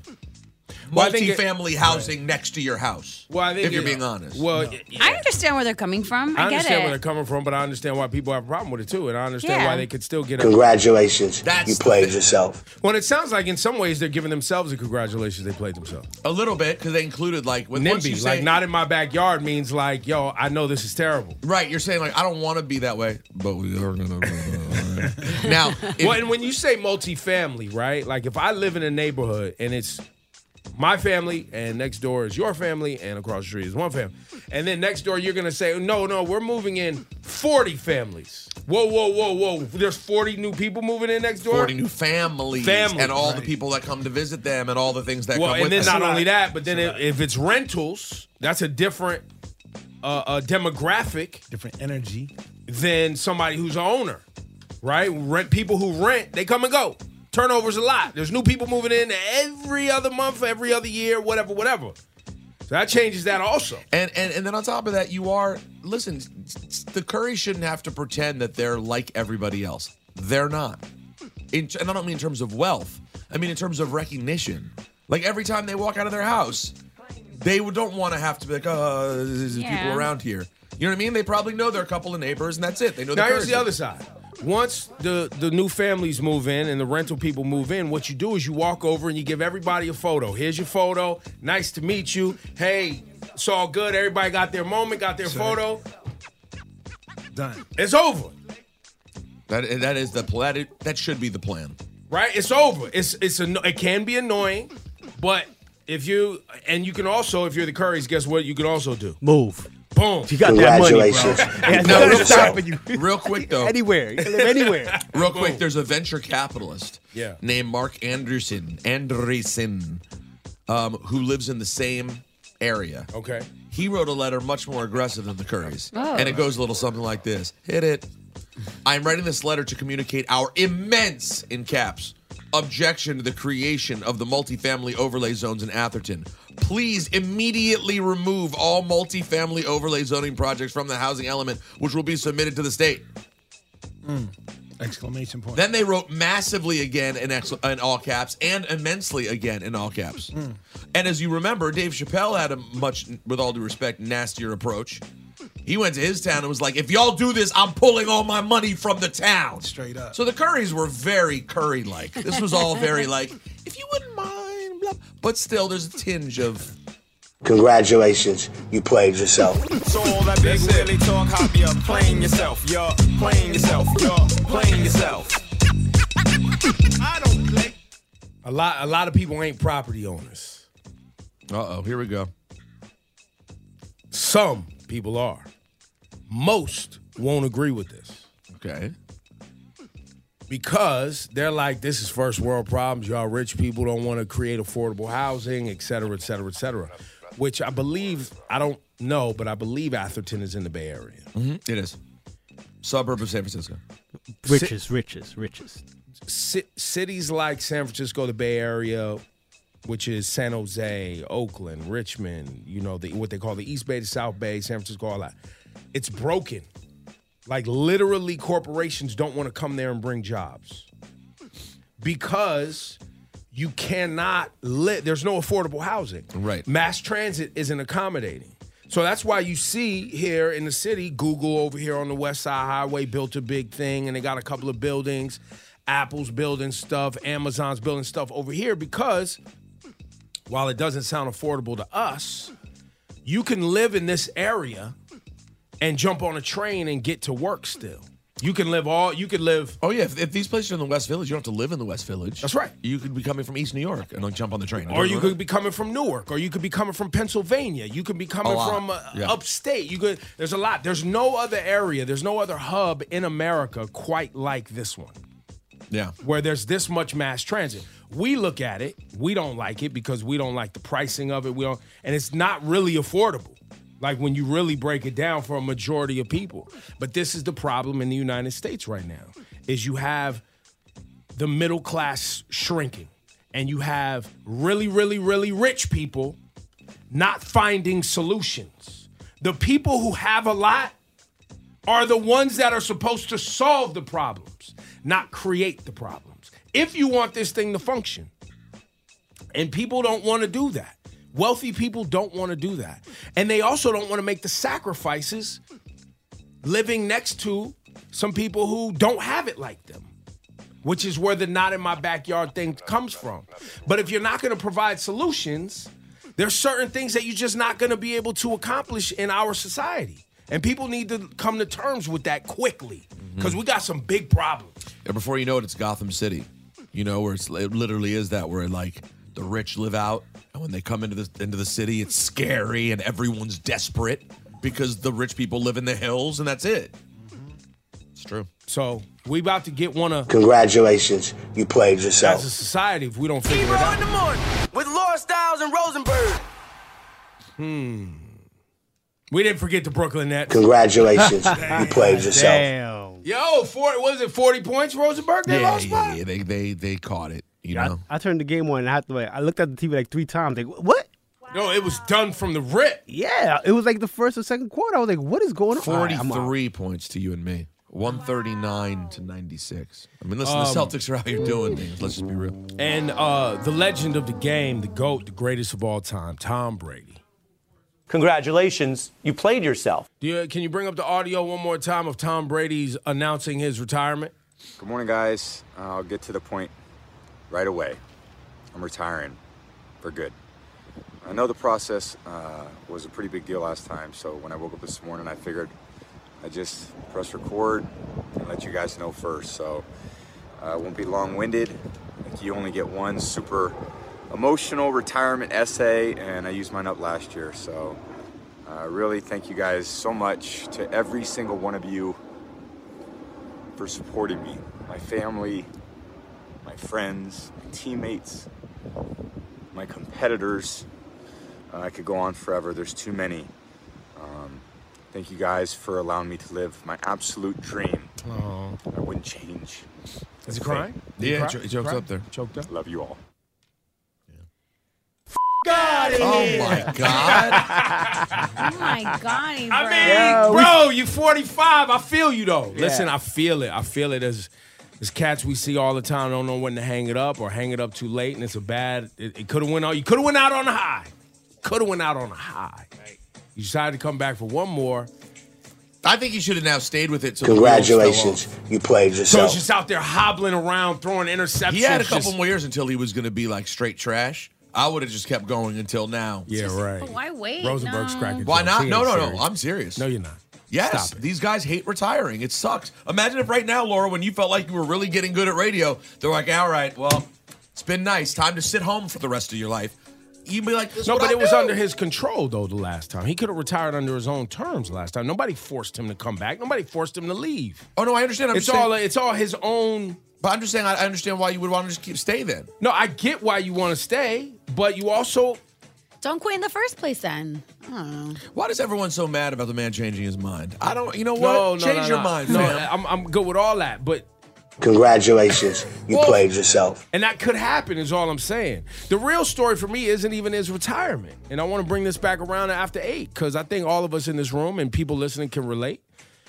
Well, I think it-
multifamily housing next to your house?
Well, I think
if you're
it-
being honest.
Well, y-
I understand where they're coming from. I,
I
get
understand
it.
where they're coming from, but I understand why people have a problem with it too, and I understand
Yeah.
why they could still get. A-
Congratulations, you played yourself.
well, it sounds like in some ways they're giving themselves a congratulations. They played themselves.
a little bit, because they included, like, when once you
NIMBY,
say,
like not in my backyard, means like, yo, I know this is terrible.
Right, you're saying, like, I don't want to be that way, but we are going to. Now, if-
well, and when you say multifamily, right? Like if I live in a neighborhood and it's my family and next door is your family and across the street is one family. And then next door you're gonna say, no, no, we're moving in 40 families. Whoa, whoa, whoa, whoa. There's 40 new people moving in next door.
40 new families,
Families,
and all the
right.
people that come to visit them and all the things that
Well,
come
and
with
then
it.
not only that, but then if, if it's rentals, that's a different uh, uh, demographic
Different energy.
than somebody who's an owner, right? Rent people who rent, they come and go. Turnover's a lot. There's new people moving in every other month, every other year, whatever, whatever. So that changes that also.
And, and and then on top of that, you are listen. s- s- The Curry shouldn't have to pretend that they're like everybody else. They're not. In, and I don't mean in terms of wealth. I mean in terms of recognition. Like every time they walk out of their house, they would- don't want to have to be like, uh, there's
Yeah.
people around here. You know what I mean? They probably know their couple of neighbors, and that's it. They know.
Now
the
here's
Currys.
the other side. Once the the new families move in and the rental people move in, what you do is you walk over and you give everybody a photo. Here's your photo. Nice to meet you. Hey, it's all good. Everybody got their moment, got their photo.
Done.
It's over.
That that is the pl- that, i- that should be the plan.
right? It's over. It's it's anno- it can be annoying, but if you and you can also if you're the Currys, guess what? You can also do
Move.
boom.
You got that money, bro. Ain't
No,
nothing
real-
stopping you.
Real quick though,
Anywhere. You can live anywhere.
Real quick, there's a venture capitalist
Yeah.
named Mark Anderson, Andreessen, um, who lives in the same area.
Okay.
He wrote a letter much more aggressive than the Currys.
Oh.
And it goes a little something like this Hit it. I'm writing this letter to communicate our immense, in caps, objection to the creation of the multifamily overlay zones in Atherton. Please immediately remove all multifamily overlay zoning projects from the housing element, which will be submitted to the state.
Exclamation point.
Then they wrote massively again in, ex- in all caps and immensely again in all caps.
Mm.
And as you remember, Dave Chappelle had a much, with all due respect, nastier approach. He went to his town and was like, if y'all do this, I'm pulling all my money from the town. Straight up. So the Currys were very Curry like. This was all very like, if you wouldn't mind, blah. But still, there's a tinge of.
Congratulations, you played yourself.
So all that big really talk, hop you up, playing yourself, you're playing yourself, you're playing yourself.
A lot a lot of people ain't property owners.
Uh oh, here we go.
Some people are. Most won't agree with this.
Okay.
Because they're like, this is first world problems. Y'all rich people don't want to create affordable housing, et cetera, et cetera, et cetera. Which I believe, I don't know, but I believe Atherton is in the Bay Area.
Mhm, It is. Suburb of San Francisco.
Riches, riches, riches.
ci- cities like San Francisco, the Bay Area, which is San Jose, Oakland, Richmond, you know, the, what they call the East Bay, the South Bay, San Francisco, all that. It's broken. Like literally, corporations don't want to come there and bring jobs because you cannot live. There's no affordable housing.
Right.
Mass transit isn't accommodating. So that's why you see here in the city, Google over here on the West Side Highway built a big thing and they got a couple of buildings. Apple's building stuff, Amazon's building stuff over here because while it doesn't sound affordable to us, you can live in this area and jump on a train and get to work still. You can live all, you could live.
Oh, yeah. If, if these places are in the West Village, you don't have to live in the West Village. That's
right.
You could be coming from East New York and like jump on the train.
Or you could be coming from Newark, or you could be coming from Pennsylvania, you could be coming
A lot,
from uh,
Oh, yeah.
upstate. You could. There's a lot. There's no other area. There's no other hub in America quite like this one,
Yeah.
where there's this much mass transit. We look at it, we don't like it because we don't like the pricing of it. We don't, and it's not really affordable. Like when you really break it down for a majority of people. But this is the problem in the United States right now: is you have the middle class shrinking and you have really really really rich people not finding solutions the people who have a lot are the ones that are supposed to solve the problems not create the problems if you want this thing to function and people don't want to do that wealthy people don't want to do that and they also don't want to make the sacrifices living next to some people who don't have it like them which is where the not in my backyard thing comes from. But if you're not going to provide solutions, there's certain things that you're just not going to be able to accomplish in our society. And people need to come to terms with that quickly
Mm-hmm.
because we got some big problems.
And before you know it, it's Gotham City. You know, where it's, it literally is that where like the rich live out, and when they come into the into the city, it's scary and everyone's desperate because the rich people live in the hills, and that's it. It's true.
So we about to get one of
Congratulations, you played yourself.
as a society if we don't figure it out.
In the morning with Laura Styles and Rosenberg.
Hmm. We didn't forget the Brooklyn Nets.
Congratulations, you played yourself.
Yo, 40, was it 40 points, Rosenberg? They lost by?
yeah, They they they caught it. You
know, I, I turned the game on. And I had to. Like, I looked at the TV like three times. Like what?
No, it was done from the rip.
Yeah, it was like the first or second quarter. I was like, what is going on? All right, I'm out.
Forty-three points to you and me. One thirty-nine to ninety-six. I mean, listen,
Um,
the Celtics are out here doing things. Let's just be real.
And uh, the legend of the game, the GOAT, the greatest of all time, Tom Brady.
Congratulations, you played yourself.
Do you, can you bring up the audio one more time of Tom Brady's announcing his retirement?
Good morning, guys. I'll get to the point right away. I'm retiring for good. I know the process uh, was a pretty big deal last time, so when I woke up this morning, I figured I just press record and let you guys know first. So uh, it won't be long winded. Like you only get one super emotional retirement essay, and I used mine up last year. So uh, really thank you guys so much to every single one of you for supporting me, my family, my friends, my teammates, my competitors. Uh, I could go on forever. There's too many. Um, thank you guys for allowing me to live my absolute dream.
Oh.
I wouldn't change.
Is he crying?
Yeah, he cho- he choked up there.
Choked up.
Love you all.
God,
Oh my God!
Oh my God, Abraham.
I mean, bro, you 45. I feel you though. Listen, I feel it. I feel it as as cats we see all the time don't know when to hang it up or hang it up too late, and it's a bad. It, it could have went out. You could have went out on a high. Could have went out on a high. You decided to come back for one more.
I think you should have now stayed with it. So the wheels fell off.
Congratulations, you played
So
yourself.
it's just out there hobbling around, throwing interceptions.
He had a
just-
couple more years until he was going to be like straight trash. I would have just kept going until now.
Yeah, right.
Why wait?
Rosenberg's
no.
cracking.
Why
jokes.
not?
He
No,
ain't
no, no.
serious.
I'm serious.
No, you're not.
Yes,
Stop
these guys hate retiring. It sucks. Imagine if right now, Laura, when you felt like you were really getting good at radio, they're like, "All right, well, it's been nice. Time to sit home for the rest of your life." You'd be like, this is
No,
what
but
I
it was
do.
under his control though. The last time he could have retired under his own terms. Last time nobody forced him to come back. Nobody forced him to leave.
Oh no, I understand. I'm
it's
just saying-
all it's all his own.
But I'm just saying, I I understand why you would want to just keep stay then.
No, I get why you want to stay, but you also
Don't quit in the first place then. I don't know.
Why is everyone so mad about the man changing his mind? I don't. You know what?
no, no,
Change
no,
your
no.
mind,
No,
fam.
I'm I'm good with all that, but
Congratulations, you played yourself.
and that could happen is all I'm saying. The real story for me isn't even his retirement, and I want to bring this back around to after eight because I think all of us in this room and people listening can relate.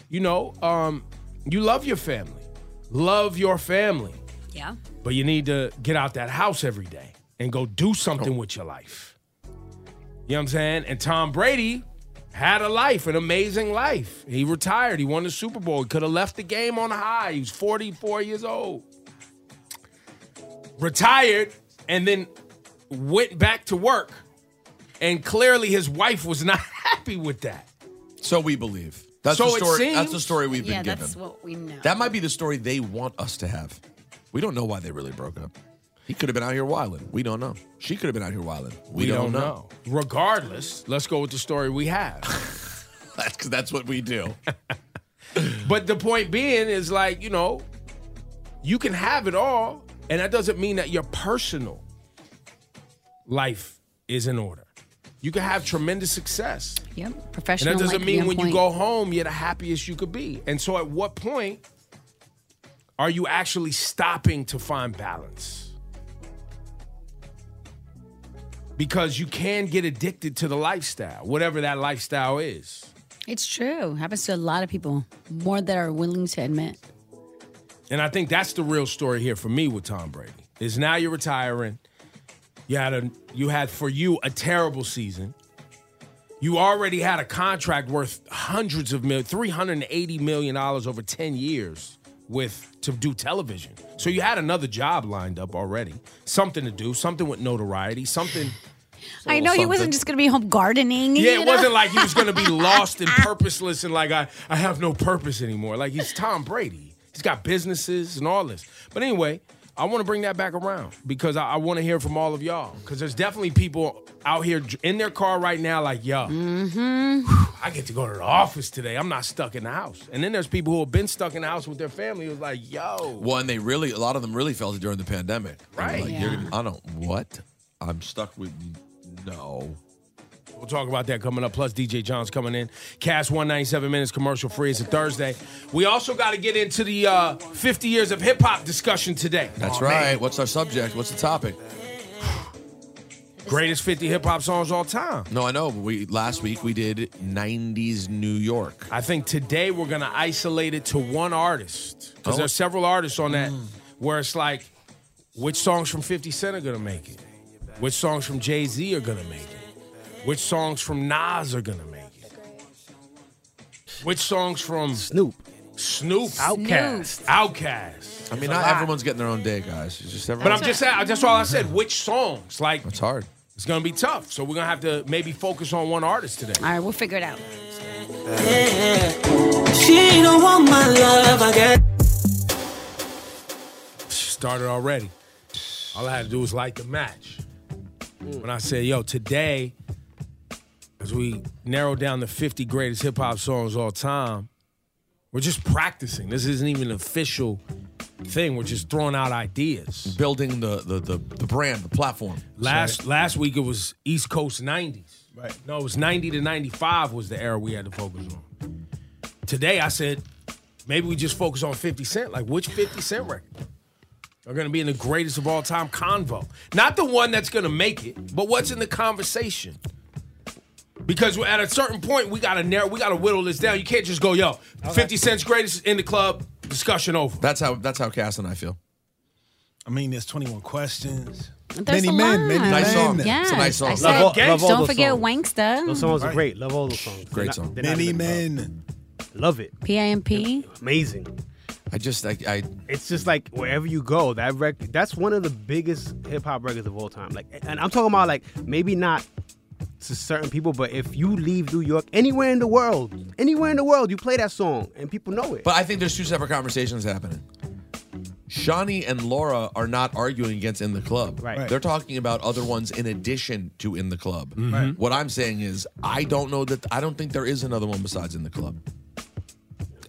You know, um, you love your family, love your family.
Yeah.
But you need to get out that house every day and go do something with your life. You know what I'm saying? And Tom Brady had a life, an amazing life. He retired. He won the Super Bowl. He could have left the game on a high. He was 44 years old. Retired and then went back to work. And clearly his wife was not happy with that.
So we believe. That's
So
the
it
story. that's
seems-
the story we've
yeah,
been given.
that's what we know.
That might be the story they want us to have. We don't know why they really broke up. He could have been out here wilding. We don't know. She could have been out here wilding. We, don't, know.
Regardless, let's go with the story we have.
That's 'cause that's what we do.
But the point being is like, you know, you can have it all, and that doesn't mean that your personal life is in order. You can have tremendous success.
Yep.
And
Professional.
that doesn't
like,
mean
on
when you
point.
go home, you're the happiest you could be. And so at what point are you actually stopping to find balance? Because you can get addicted to the lifestyle, whatever that lifestyle is.
It's true. Happens to a lot of people. More that are willing to admit.
And I think that's the real story here for me with Tom Brady. Is now you're retiring. You had a you had for you a terrible season. You already had a contract worth hundreds of million, three hundred and eighty million dollars over ten years with to do television. So you had another job lined up already, something to do, something with notoriety, something.
I know he wasn't just going to be home gardening.
Yeah,
you
it
know?
wasn't like he was going to be lost and purposeless and like I, I have no purpose anymore. Like he's Tom Brady. He's got businesses and all this. But anyway, I want to bring that back around because I, I want to hear from all of y'all because there's definitely people out here dr- in their car right now like, yo,
Mm-hmm.
I get to go to the office today. I'm not stuck in the house. And then there's people who have been stuck in the house with their family who's like, yo,
One, they really, a lot of them really felt it during the pandemic. They were
Right.
Like, you're, I don't, what? I'm stuck with, no.
We'll talk about that coming up. Plus, DJ John's coming in. Cast 197 minutes, commercial free. It's a Thursday. We also got to get into the uh, 50 years of hip hop discussion today.
That's
Aw,
right.
man.
What's our subject? What's the topic?
Greatest 50 hip hop songs all time.
No, I know. But we last week we did '90s New York.
I think today we're going to isolate it to one artist
Oh.
because
Mm.
there's several artists on that where it's like, which songs from 50 Cent are going to make it? Which songs from Jay Z are going to make it? Which songs from Nas are going to make it? Which songs from
Snoop.
Snoop?
Outkast.
Outkast.
I mean,
It's a
not
lot.
everyone's getting their own day, guys. It's just everyone.
But I'm just saying, that's all I said. Which songs? Like,
It's hard.
it's gonna be tough. So we're gonna have to maybe focus on one artist today.
All right, we'll figure it out.
She don't want my love, I got
started already. All I had to do was light the match. When I said, yo, today, as we narrow down the 50 greatest hip hop songs all time, we're just practicing. This isn't even an official thing. We're just throwing out ideas.
Building the the the, the brand, the platform.
Last last week it was East Coast 90s. Right. No, it was 90 to 95 was the era we had to focus on. Today I said maybe we just focus on 50 Cent. Like which 50 Cent record? Are going to be in the greatest of all time convo. Not the one that's going to make it, but what's in the conversation? Because we're at a certain point, we got to narrow, we got to whittle this down. You can't just go, yo, 50 Cent's greatest in the club, discussion over.
That's how that's how Cass and I feel.
I mean, there's 21 questions.
There's
many
a
men,
lot.
many men.
Yes. I said,
Love all- love all
don't
those
forget
songs.
Wanksta.
Those songs are great. Love all those songs.
Great song.
Many
men. Love it.
PIMP.
Amazing.
I just I, I
It's just like wherever you go, that record that's one of the biggest hip hop records of all time. Like and I'm talking about like maybe not to certain people, but if you leave New York, anywhere in the world, anywhere in the world, you play that song and people know it.
But I think there's two separate conversations happening. Shawnee and Laura are not arguing against in the club.
Right. Right.
They're talking about other ones in addition to in the club.
Mhm. Right.
What I'm saying is I don't know that I don't think there is another one besides in the club.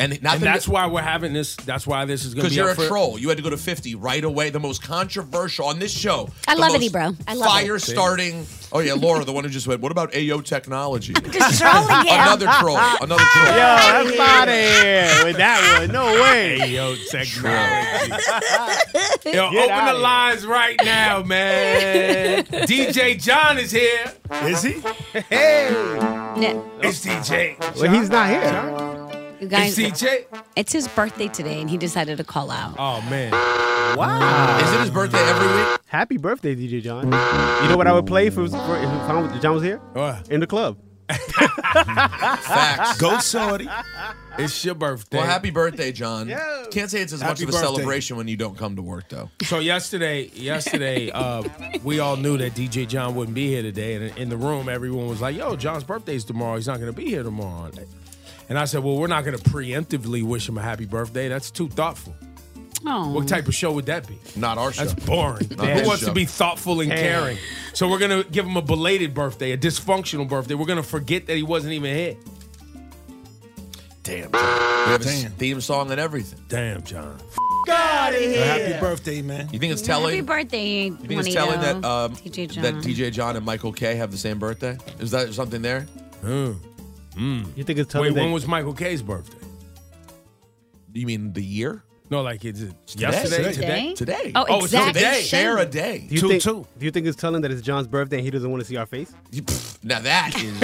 And, not
And that's why we're having this. That's why this is going to
because
be
you're
up
a
for-
troll. You had to go to 50 right away. The most controversial on this show.
I
the
love it,
most
Ebro. I love it.
fire starting. Oh yeah, Laura, the one who just went. What about AO technology?
Just trolling him. Ah,
Another troll. Another troll.
Yo, that's out of here with that one. No way.
Yo, technology. Yo,
Get
open
outta
the lines right now, man. DJ John is here.
Is he?
Hey.
Yeah.
It's DJ.
Well, he's not here.
You guys,
Hey, CJ.
it's his birthday today, and he decided to call out.
Oh man.
Wow.
Is it his birthday every week?
Happy birthday, DJ John. You know what I would play if, it was, for, if John- if John was here?
What?
In the club.
Facts.
Go Saudi.
It's your birthday.
Well, happy birthday, John. Can't say it's as much
Happy
of a
birthday.
celebration when you don't come to work, though.
So yesterday, yesterday, uh, we all knew that DJ John wouldn't be here today, and in the room, everyone was like, "Yo, John's birthday's tomorrow. He's not going to be here tomorrow." And I said, "Well, we're not going to preemptively wish him a happy birthday. That's too thoughtful.
Oh.
What type of show would that be?
Not our show.
That's boring.
Not
Who
his
wants
show.
to be thoughtful and
Damn.
caring? So we're going to give him a belated birthday, a dysfunctional birthday. We're going to forget that he wasn't even here.
Damn. John. We have a theme song and everything.
Damn, John.
God,
Happy birthday, man.
You think it's
Happy
telling?
birthday,
You think it's telling that um,
DJ John.
that DJ John and Michael K have the same birthday? Is that something there?
You think it's
Hmm. Wait,
telling that-
when was Michael K's birthday?
You mean the year?
No, like it's
Today.
yesterday,
Today?
today,
Today.
Oh,
it's today.
exactly. Share a day.
Do you,
Two,
think,
two.
do you think it's telling that it's John's birthday and he doesn't want to see our face?
Now that is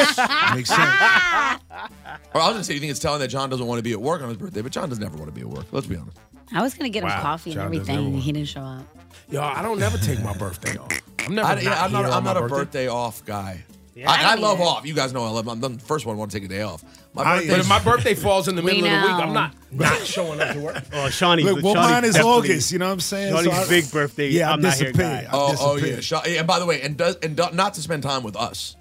makes sense. or I'll just say you think it's telling that John doesn't want to be at work on his birthday, but John doesn't ever want to be at work. Let's be honest.
I was gonna get him
Wow,
coffee and
John doesn't
everything,
ever
and he didn't show up.
Yo, I don't never take my birthday off. I'm never.
I,
not
yeah, I'm not,
here
I'm
on my
not a birthday.
birthday.
off guy.
Yeah,
I,
I
I
am.
love off. You guys know I love. I'm the first one. who Want to take a day off.
I am. But if my birthday falls in the
We
middle of the
know.
week, I'm not not showing up to work.
Oh, Shawnee.
Look, well,
Shawnee
mine is
definitely-
August. You know what I'm saying?
Shawnee's
I-
big birthday.
Yeah, I
I'm not here,
disappear.
guy.
I
Oh, oh
disappear.
yeah. Sha- and by the way, and does and do, not to spend time with us.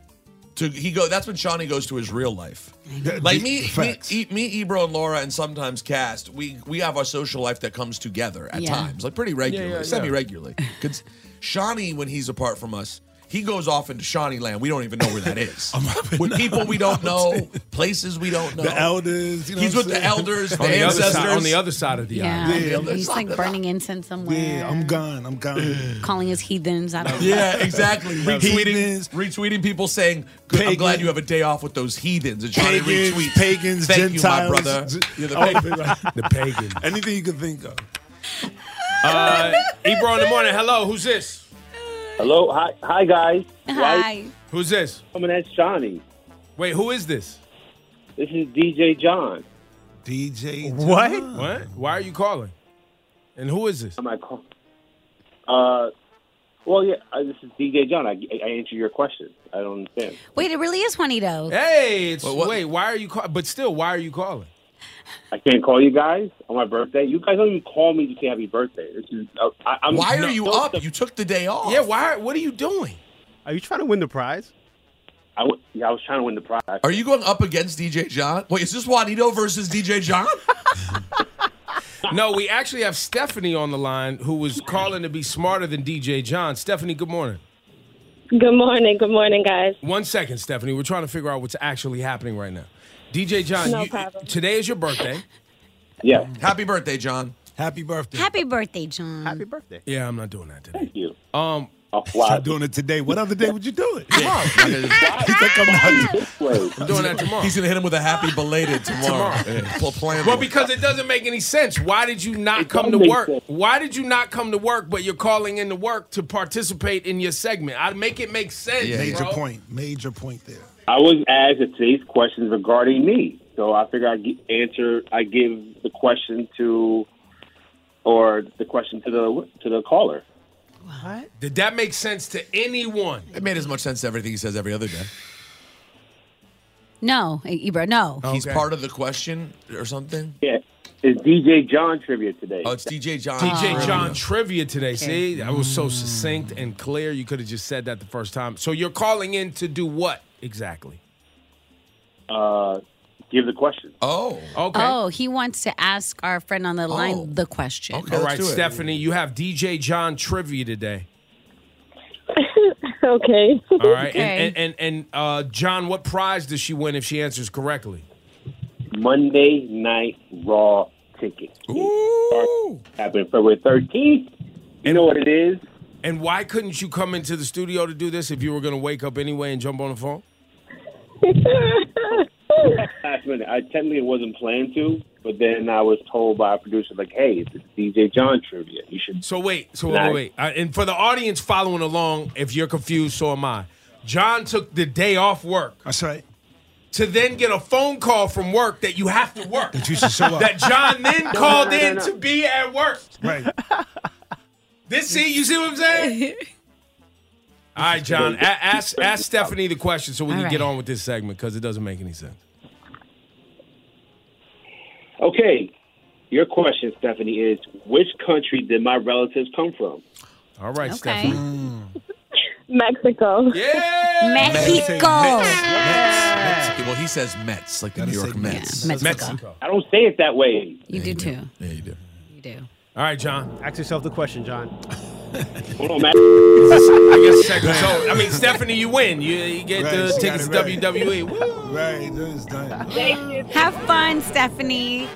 To he go. That's when Shawnee goes to his real life. Like me, me,
Facts.
E- me, Ebro, and Laura, and sometimes Cast. We we have our social life that comes together at
Yeah.
times, like pretty regularly,
yeah.
semi regularly. Because Shawnee, when he's apart from us. He goes off into Shawnee land. We don't even know where that is. with people we don't know, places we don't know.
The elders. You know
He's
what
with
I'm
the
saying?
elders, the
On the other
ancestors.
side- on the other side of the
Yeah,
island.
he's like burning incense somewhere.
Yeah, I'm gone. I'm gone.
calling us heathens. I don't
Yeah, exactly. retweeting, retweeting people saying, "Good- "I'm glad you have a day off with those heathens." And trying
Pagans,
to retweet
pagans,
Thank
Gentiles,
you, my brother.
G-
You're the
all of
pagan.
it, right?
Oh, The pagan.
Anything you can think of.
Uh, Ebro in the morning. Hello, who's this?
Hello, hi, hi guys. Hi.
Who's this?
I mean, that's Johnny.
Wait, who is this?
This is DJ John.
DJ.
What? What? Why are you calling? And who is this?
Am I call? Uh, well, yeah, uh, this is DJ John. I, I answer your question. I don't understand.
Wait, it really is Juanito.
Hey, it's, wait. Why are you calling? But still, why are you calling?
I can't call you guys on my birthday. You guys don't even call me to say happy birthday. This is, uh, I, I'm,
Why
no,
are you
no,
up? You took the day off.
Yeah. Why? What are you doing?
Are you trying to win the prize?
I, w- yeah, I was trying to win the prize.
Are you going up against DJ John? Wait, is this Juanito versus DJ John?
No, we actually have Stephanie on the line who was calling to be smarter than DJ John. Stephanie, good morning.
Good morning. Good morning, guys.
One second, Stephanie. We're trying to figure out what's actually happening right now. DJ John,
No
you-
problem.
today is your birthday.
Yeah.
Happy birthday, John.
Happy birthday.
Happy birthday, John. Happy
birthday.
Yeah, I'm not doing that today.
Thank you.
Um,
Stop doing it today. What other day would you do it?
I'm doing that tomorrow.
He's gonna hit him with a happy belated tomorrow. Yeah, pl- plan.
Well, because it doesn't make any sense. Why did you not come
does
to
make
work?
sense.
Why did you not come to work, but you're calling in to work to participate in your segment? I make it make sense.
Major
bro.
point. Major point there.
I was asked if today's questions regarding me, so I figure I gi- answer. I give the question to, or the question to the to the caller.
Did that make sense to anyone?
It made as much sense to everything he says every other day.
No, Ibra, no.
He's part of the question or something.
Yeah. It's DJ John trivia today.
Oh, it's DJ John.
DJ John
Trivia.
trivia today. See, I was
Mm.
so succinct and clear. You could have just said that the first time. So you're calling in to do what exactly?
Uh, give the question.
Oh,
okay.
Oh, he wants to ask our friend on the line the question.
All right, Stephanie, you have DJ John trivia today.
okay.
All right,
Okay.
and and and, and uh, John, what prize does she win if she answers correctly?
Monday Night Raw ticket. Ooh. Happening February 13th. You know what it is?
And why couldn't you come into the studio to do this if you were going to wake up anyway and jump on the phone?
Last minute. I technically wasn't planned to, but then I was told by a producer, like, hey, it's DJ John trivia. You should.
So wait, So wait, wait, wait. Uh, and for the audience following along, if you're confused, so am I. John took the day off work.
That's right.
To then get a phone call from work that you have to work. That
you should show up.
That John then
No, no,
called
no, no,
in
no.
to be at work.
Right.
This see, you see what I'm saying? All right, John. a- ask ask Stephanie the question so we
All
can get
right.
on with this segment because it doesn't make any sense.
Okay. Your question, Stephanie, is which country did my relatives come from?
All right,
Stephanie.
Mexico.
Yeah.
Mets. Well, he says Mets, like the New York Mets.
Mets.
Mexico.
I don't say it that way.
You do too.
Yeah, you do.
You do.
All right, John.
Ask yourself the question, John.
Hold on, man.
I guess second. So I mean, Stephanie, you win. You, you get
Right,
the
she got
tickets
it
to E.
right.
WWE. Woo.
Right. This is done.
Have fun, Stephanie.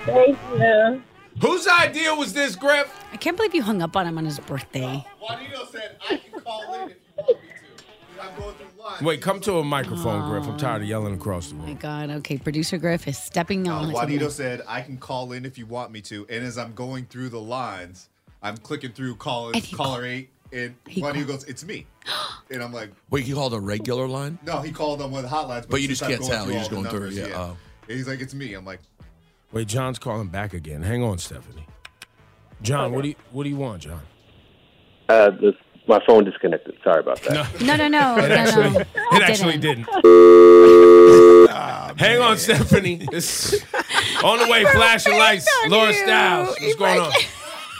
Thank you.
Whose idea was this, Griff?
I can't believe you hung up on him on his birthday.
Juanito said I can call in if you want me to. I'm going through live.
Wait, come to a microphone, Griff. I'm tired of yelling across the room.
My God. Okay, producer Griff is stepping on.
Uh,
like
Juanito
someone.
said I can call in if you want me to, and as I'm going through the lines, I'm clicking through caller
And he
caller eight, and
he
Juanito goes, "It's me," and I'm like,
Wait, he called a regular line?
"No, he called on one of the hotlines."
But you
since
just
I'm
can't
going
tell.
through
You're
all
just
the
going through,
numbers,
yeah, oh.
And he's like, "It's me." I'm like,
Wait, John's calling back again. Hang on, Stephanie. John, what do you what do you want, John?
Uh, this, my phone disconnected. Sorry about that.
No, no, no, no,
It actually,
no.
it actually didn't. Hang
Oh,
on, Stephanie. It's on the way, flashing lights. Laura Styles, what's going on?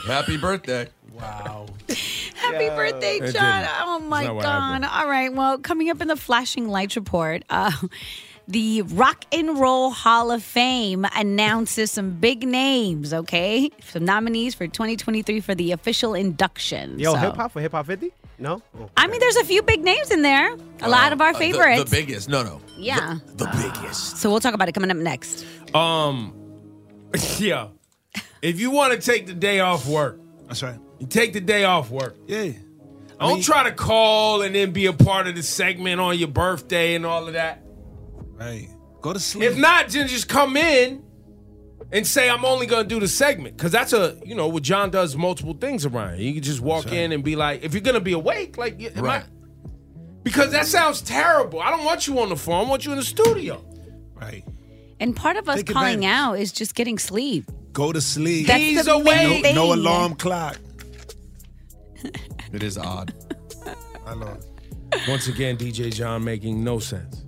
Happy birthday.
Happy birthday,
It didn't.
John. Oh my
That's not what happened.
God. All right. Well, coming up in the flashing lights report, uh, the Rock and Roll Hall of Fame announces some big names, okay? Some nominees for 2023 for the official induction.
Yo,
so-
hip hop for hip hop 50? No? Oh.
I mean, there's a few big names in there, a lot of
Uh,
our
the- The,
favorites.
biggest. No, no.
yeah.
The biggest.
So we'll talk about it coming up next.
Um, yeah. If you want to take the day off work,
that's right.
You take the day off work.
Yeah.
Don't try to call and then be a part of the segment on your birthday and all of that.
Right. Go to sleep.
If not, then just come in and say I'm only gonna do the segment because that's a you know what John does multiple things around. here. You can just walk in and be like, if you're gonna be awake, like am I-
Right.
Because that sounds terrible. I don't want you on the phone. I want you in the studio.
And part of us
Take
calling out is just getting sleep.
Go to sleep.
That's He's the main awake.
No, no
thing.
alarm clock.
It is odd.
I know.
Once again, DJ John making no sense.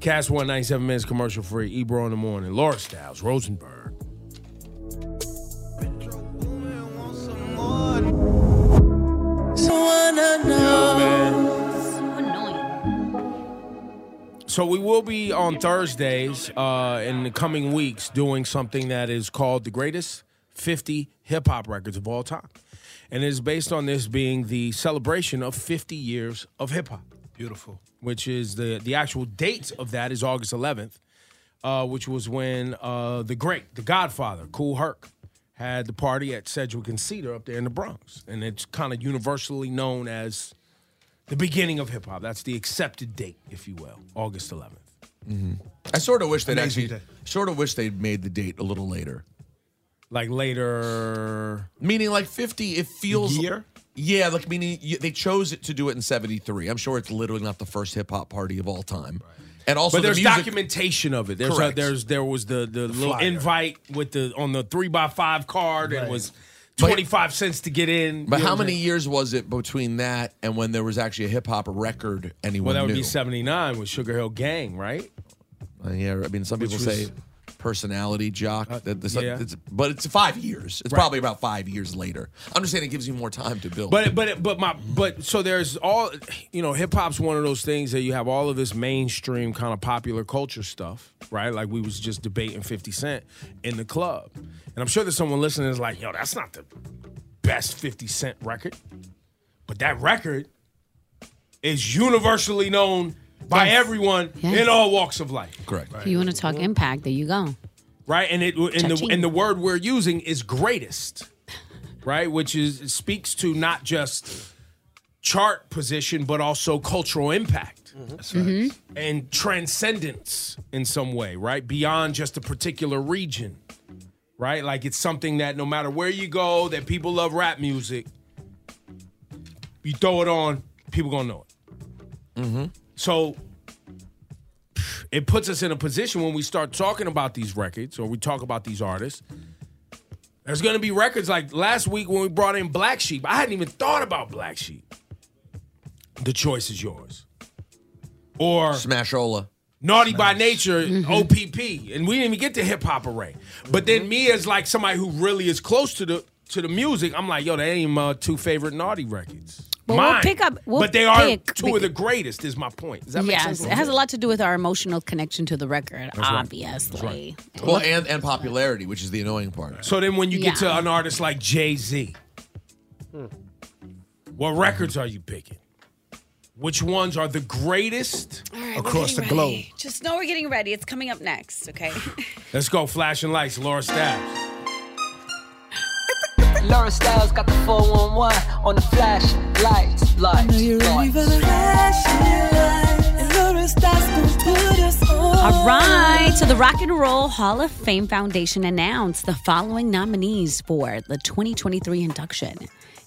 Cast 197 minutes commercial free. Ebro in the morning. Laura Styles, Rosenberg.
Someone I know.
So we will be on Thursdays uh, in the coming weeks doing something that is called the greatest 50 hip hop records of all time. And it is based on this being the celebration of 50 years of hip hop. Beautiful. Which is the the actual date of that is August 11th, uh, which was when uh, the great, the Godfather, Cool Herc, had the party at Sedgwick and Cedar up there in the Bronx, and it's kind of universally known as the beginning of hip hop. That's the accepted date, if you will, August 11th.
I sort Mm-hmm. of wish they'd
Amazing
actually, sort of wish they'd made the date a little later.
Like later,
meaning like fifty. It feels
year.
Yeah, like meaning y- they chose it to do it in '73. I'm sure it's literally not the first hip hop party of all time, and also
but there's
the music.
documentation of it. There's a,
Correct.
there's there was the the, little
flyer.
invite with the on the three by five card. and It was twenty five cents to get in.
but
You know
how
what I'm
many
saying?
years was it between that and when there was actually a hip hop record anyone
Well, that would
knew?
be seventy nine with Sugar Hill Gang, right?
Uh, yeah, I mean, some
Which
people
was- Uh,
say personality jock. that this-
yeah.
it's- but it's five years. It's
Right.
probably about five years later. I'm just saying it gives you more time to build.
But but but my but so there's all you know hip hop's one of those things that you have all of this mainstream kind of popular culture stuff, right? Like we was just debating 50 Cent in the club. And I'm sure there's someone listening is like, "Yo, that's not the best 50 Cent record." But that record is universally known by everyone in all walks of life.
Correct.
If you want to talk impact, there you go.
right? And it and the
Cha-ching.
and the word we're using is greatest, right? Which is speaks to not just chart position but also cultural impact and transcendence in some way, right? Beyond just a particular region, right? Like it's something that no matter where you go, that people love rap music. You throw it on, people gonna know it. Mm-hmm. So it puts us in a position when we start talking about these records or we talk about these artists. There's going to be records like last week when we brought in Black Sheep. I hadn't even thought about Black Sheep. The choice is yours. Or
Smashola.
Naughty by Nature,
Mm-hmm.
OPP, and we didn't even get to hip hop array. But then me as like somebody who really is close to the to the music, I'm like, yo, they ain't my two favorite Naughty records.
But we'll
Mine.
pick up- we'll
but they are
pick-
two of the greatest. Is my point. Does that make
Yes,
sense?
it has a lot to do with our emotional connection to the record,
That's right.
obviously.
Well, and, and popularity, which is the annoying part.
So then when you get to
Yeah.
an artist like Jay Z,
Hmm.
what records are you picking? Which ones are the greatest
All right, we're getting ready. Just know we're getting ready. It's coming up next, okay?
Let's go, flashing lights, Laura Stabs.
Mm-hmm. Lauren Styles got the 411 on the flashlights. Lights. Know you're ready for the
All right. So the Rock and Roll Hall of Fame Foundation announced the following nominees for the 2023 induction.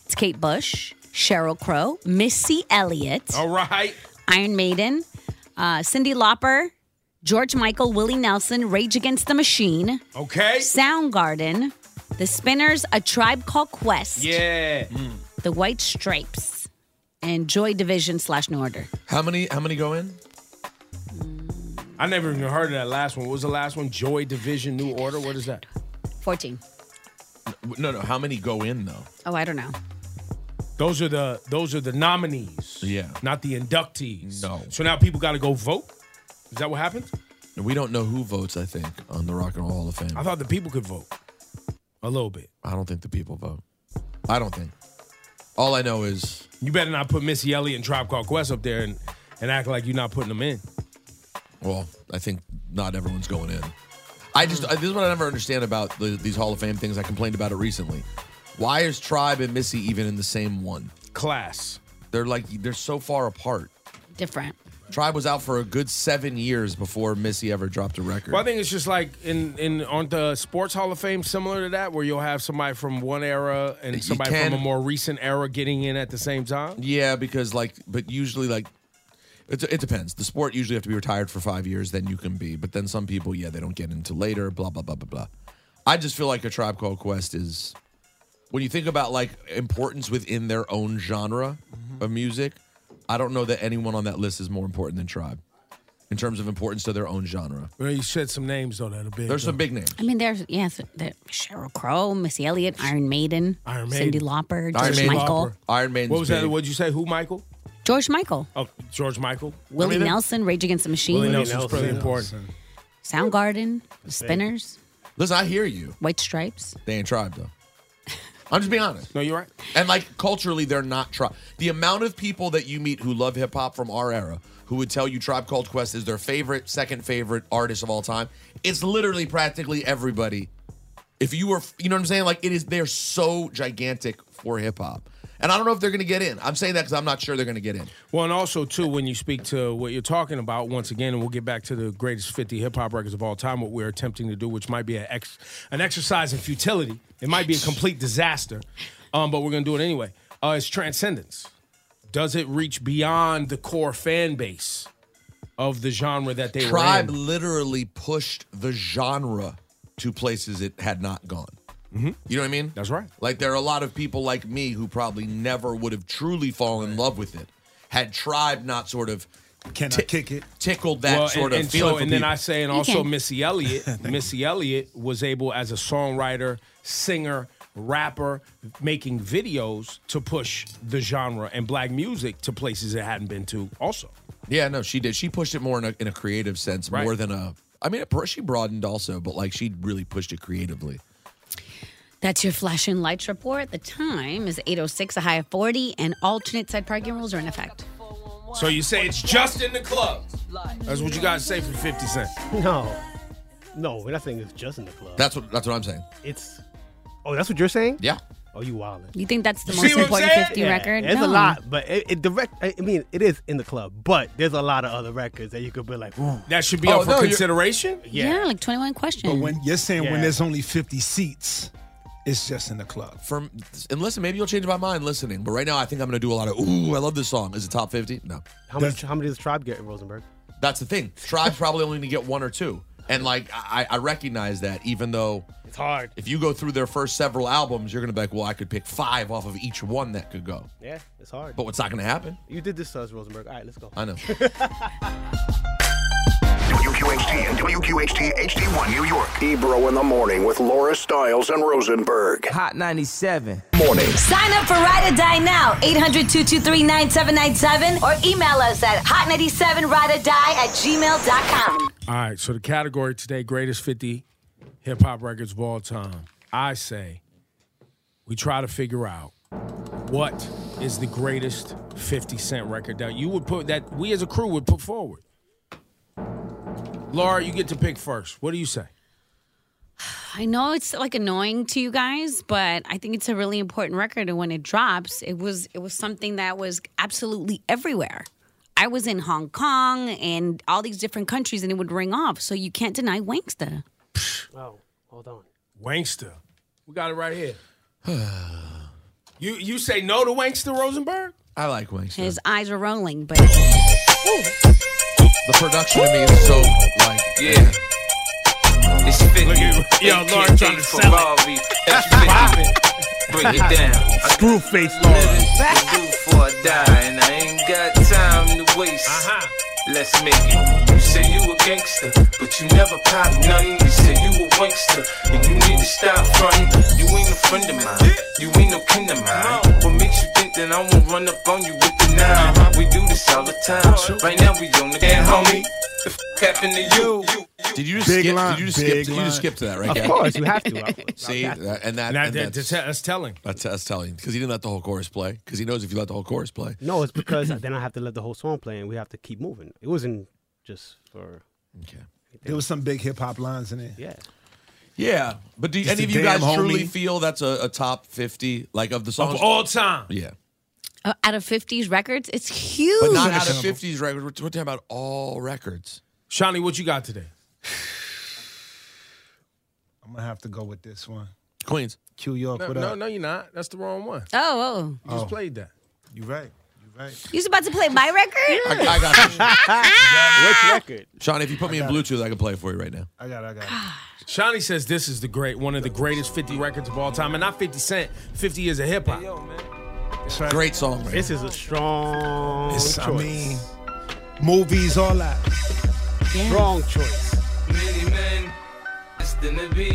It's Kate Bush, Cheryl Crow, Missy Elliott,
All right.
Iron Maiden, uh, Cindy Lauper, George Michael, Willie Nelson, Rage Against the Machine.
Okay.
Soundgarden, The Spinners, A Tribe Called Quest,
Yeah.
The White Stripes, and Joy Division slash New Order.
How many? How many go in?
I never even heard of that last one. What was the last one? Joy Division, New Order. What is that?
14.
No, no. How many go in though?
Oh, I don't know.
Those are the those are the nominees.
Yeah.
Not the inductees.
No.
So now people got to go vote. Is that what happens?
We don't know who votes. I think on the Rock and Roll Hall of Fame.
I thought the people could vote. A little bit.
I don't think the people vote. I don't think. All I know is
You better not put Missy Elliott and Tribe Called Quest up there and, and act like you're not putting them in.
Well, I think not everyone's going in. I just I, this is what I never understand about the, these Hall of Fame things. I complained about it recently. Why is Tribe and Missy even in the same one
class?
They're like they're so far apart.
Different.
Tribe was out for a good seven years before Missy ever dropped a record.
Well, I think it's just like in in on the Sports Hall of Fame, similar to that, where you'll have somebody from one era
You
and somebody
can-
from a more recent era getting in at the same time.
Yeah, because like, but usually like, it, it depends. The sport usually have to be retired for five years, then you can be. But then some people, yeah, they don't get into later. Blah blah blah blah blah. I just feel like a tribe called Quest is when you think about like importance within their own genre of music. I don't know that anyone on that list is more important than Tribe in terms of importance to their own genre.
Well, you said some names though that are big.
There's some big names.
I mean, there's, yes, there, Cheryl Crow, Missy Elliott, Iron Maiden,
Iron
Cindy
Maiden.
Lauper,
Iron
George
Maiden.
Michael.
What was that? What'd you say? Who Michael?
George Michael,
Oh, George Michael.
Willie Nelson, Rage Against the Machine,
Willie Nelson's pretty important.
Soundgarden, The Spinners,
Listen, I hear you.
White Stripes.
They ain't tribe though. I'm just being honest.
No, you're right.
And like culturally, they're not tribe. The amount of people that you meet who love hip hop from our era who would tell you Tribe Called Quest is their favorite, second favorite artist of all time, it's literally practically everybody. If you were, you know what I'm saying? Like it is, they're so gigantic for hip hop. And I don't know if they're gonna get in. I'm saying that because I'm not sure they're gonna get in.
Well, and also too, when you speak to what you're talking about, once again, and we'll get back to the greatest 50 hip hop records of all time, what we're attempting to do, which might be an ex- an exercise in futility. It might be a complete disaster, um, but we're gonna do it anyway. Uh, it's transcendence. Does it reach beyond the core fan base of the genre that they
Tribe
were in?
literally pushed the genre to places it had not gone. You know what I mean? Mm-hmm. That's
right.
Like there are a lot of people like me who probably never would have truly fallen in love with it had Tribe not sort of
can kick it
tickled that
Well,
sort of
and, and
feeling.
So,
for
and then
people.
I say, and also Missy Elliott. Missy Elliott was able, as a songwriter, singer, rapper, making videos to push the genre and black music to places it hadn't been to. Also,
Yeah, no, she did. She pushed it more in a, in a creative sense,
Right.
more than a. I mean, it, she broadened also, but like she really pushed it creatively.
That's your flashing lights report. The time is 8.06, a high of 40, and alternate side parking rules are in effect.
so you say it's just in the club. That's what you guys say for Fifty Cent.
No, no, we're not saying it's just in the club.
That's what that's what I'm saying.
It's oh, that's what you're saying.
Yeah.
Oh, you wildin'.
You think that's the
You
most
see what I'm
important
saying?
50
Yeah,
record?
There's a
No.
lot, but it, it direct. I I mean, it is in the club, but there's a lot of other records that you could be like, ooh,
that should be
up for
consideration.
Yeah. like 21 questions.
But when you're saying
Yeah.
when there's only 50 seats, it's just in the club.
From and listen, maybe you'll change my mind listening, but right now I think I'm gonna do a lot of. Ooh, I love this song. Is it top fifty? No.
How much? How many does Tribe get, Rosenberg?
That's the thing. Tribe probably only gonna get one or two, and like I, I recognize that, even though
it's hard.
If you go through their first several albums, you're gonna be like, well, I could pick five off of each one that could go.
Yeah, it's hard.
But what's not gonna happen? Uh,
you did this to us, Rosenberg. All right, let's go.
I know.
WQHT and WQHT HD1 New York. Ebro in the morning with Laura Stiles and Rosenberg. Hot 97. Morning.
Sign up for Ride or Die now, 800-223-9797 or email us at hot97rideordie at gmail.com.
All right, so the category today, greatest 50 hip hop records of all time. I say we try to figure out what is the greatest 50 Cent record that you would put that we as a crew would put forward. Laura, you get to pick first. What do you say?
I know it's like annoying to you guys, but I think it's a really important record. And when it drops, it was it was something that was absolutely everywhere. I was in Hong Kong and all these different countries, and it would ring off. So you can't deny Wangsta.
Oh, hold on.
Wangster. We got it right here. you you say no to Wangster Rosenberg?
I like Wayne.
His eyes are rolling, but
The production to me is so like yeah.
It's 50. Look
at,
yo, Lauren trying to sell it. Break it down.
Screw face
before I die, and I ain't got time to waste. Let's make it. You say you a gangster, but you never pop none. You say you a wankster, and you need to stop running. You ain't a friend of mine. You ain't no kin of mine. What makes you think that I won't run up on you with the nine? We do this all the time. Right now we on the game, homie. The f- happened to you?
Did you just
Big
skip?
line,
did you just
big
skip? Did you
line.
just skip to that right?
Of
Gary?
course, you have to.
See,
Of course.
that- and that,
That-
and
that-
that's,
that's telling.
That's, that's telling because he didn't let the whole chorus play because he knows if you let the whole chorus play,
No, it's because then I have to let the whole song play, and we have to keep moving. It wasn't just for.
Okay.
There was some big hip hop lines in there.
Yeah.
Yeah, but do
Just
any
a
of you
damn
guys truly
homie.
feel that's a, a top fifty like of the songs
Of all time?
Yeah,
uh, out of 50s records, it's huge.
but not out of fifties records. We're, we're talking about all records.
Shawnee, what you got today?
I'm gonna have to go with this one.
Queens.
Q York,
No,
what
no,
up?
no, you're not. That's the wrong one.
Oh,
You just
Oh.
played that.
You right. You right.
You was about to play my record?
I, I got
Which record?
Sean, if you put me in Bluetooth, I can play it for you right now.
I got it, I got it.
Shawnee says this is the great, one of the greatest 50 records of all time, and not 50 Cent, 50 years of hip hop.
Great song, man.
This is a strong
It's, I
choice.
mean, movies, all that.
Strong choice.
Many men destined to be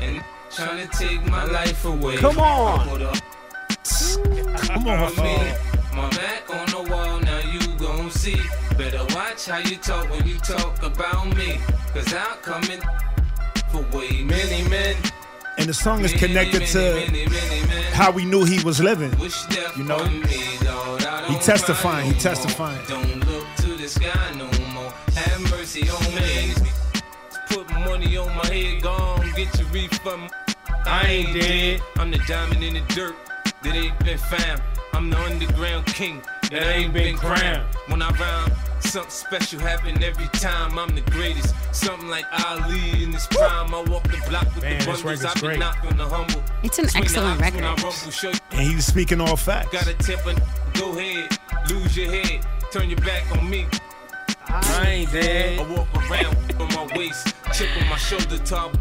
and trying to take my life away.
Come on.
Come on. My back on the wall now. watch how you talk when you talk about me. Cause I'm coming for way many men.
And the song is connected to how we knew he was living. You know, he testifying. He testifying.
Don't look to the sky no more. Have mercy on me. Put money on my head, gone. Get your refund. I ain't dead. I'm the diamond in the dirt that ain't been found. I'm the underground king that ain't been crowned. When I rhyme, something special happen every time. I'm the greatest. Something like Ali in this prime. I walk the block with
Man, this
the bundles.
record's
I've been
great.
knocked on the humble.
It's an
Swing the
excellent
ox when I
record.
rumble, show you
And he's speaking all facts.
Got a temper, go ahead, lose your head, turn your back on me. I ain't dead. I walk around on my waist, chip on my shoulder top.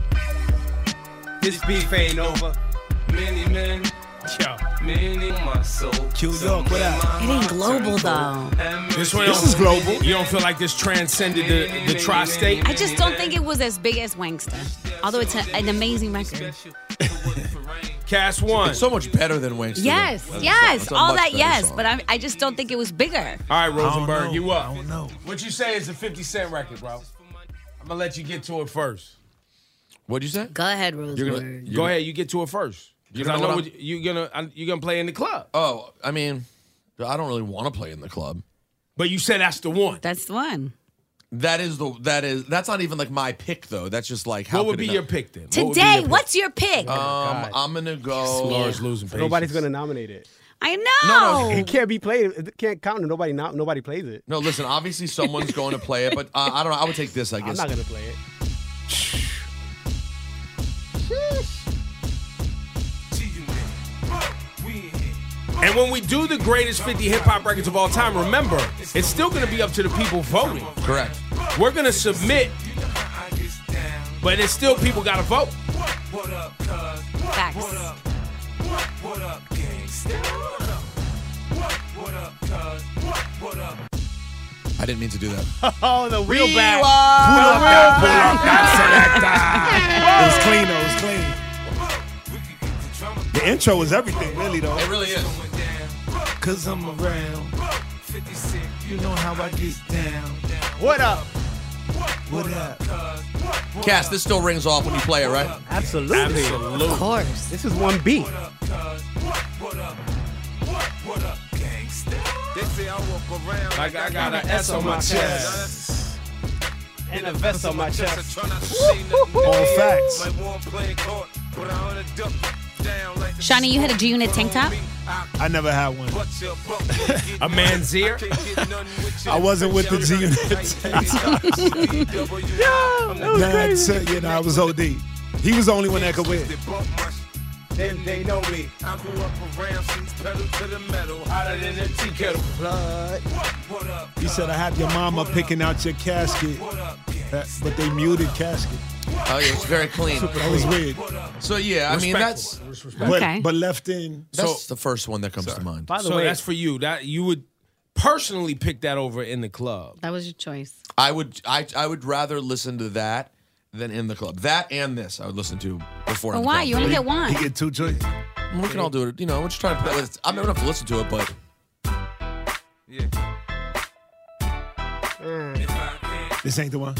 This beef ain't over. Many men, many on my soul. Q York, what up?
It ain't global though.
This,
This is
global. You don't feel like this transcended the, the tri-state?
I just don't think it was as big as Wangsta, although it's a, an amazing record.
Cast one.
It's so much better than Wayne.
Yes, yes, all that, yes, but I, I just don't think it was bigger.
All right, Rosenberg, you up? I don't know. What you say is a 50 Cent record, bro. I'm gonna let you get to it first.
What'd you say?
Go ahead, Rosenberg.
Go ahead, you get to it first.
You
Because I
know
know
what
what you- you're gonna I- you're gonna play in the club.
Oh, I mean, I don't really want to play in the club.
But you said that's the one.
That's the one.
That is the that is that's not even like my pick though. That's just like how
What would
could it
be
not-
your pick then?
What would be
Today,
your pick?
what's your pick?
Um, I'm gonna go.
Laura's losing patience.
Nobody's gonna nominate it.
I know.
It can't be played. It can't count. and Nobody no, nobody plays it.
No, listen. Obviously, someone's going to play it, but uh, I don't know. I would take this. I
I'm
guess.
not gonna play it.
And when we do the greatest 50 hip hop records of all time, remember, it's still gonna be up to the people voting.
Correct.
We're gonna submit, but it's still people gotta vote.
What up, cuz?
Facts.
What up? What, what up, gangsta? What up? What, what up, cuz? What, what up?
I didn't mean to do that.
Oh, the
wheel back.
It was clean though. It was clean. The intro was everything, really though.
It really is.
Cause I'm around.
50 Cent, you know how I get down.
What up?
What up, cuz? What, what
Cass, this still rings off when you play it, right?
Absolutely.
Absolutely.
Of course. This is one beat.
They say I walk around
Like I got
an
an S on my chest.
And a vest on my chest.
All
facts.
Shawnee, you had a G Unit tank top?
I never had one.
A man's ear.
I wasn't with the G unit.
yeah,
That's it. You know, I was OD. He was the only one that could wear. it.
Then they know me. I grew up around since pedal to the metal, hotter than a tea kettle. Blood. What up?
He said, "I have your mama picking out your casket," Uh, but they muted casket.
Oh, yeah, it's very clean.
That was weird.
So yeah, I mean that's
But, but left in.
that's the first one that comes to mind.
so that's for you. That you would personally pick that over in the club.
That was your choice.
I would I I would rather listen to that than in the club. That and this I would listen to before.
But
in the
why?
club.
You only get one. You
get two choices.
We can all do it. You know, we're just trying to. Play, I'm not enough to listen to it, but
This ain't the one.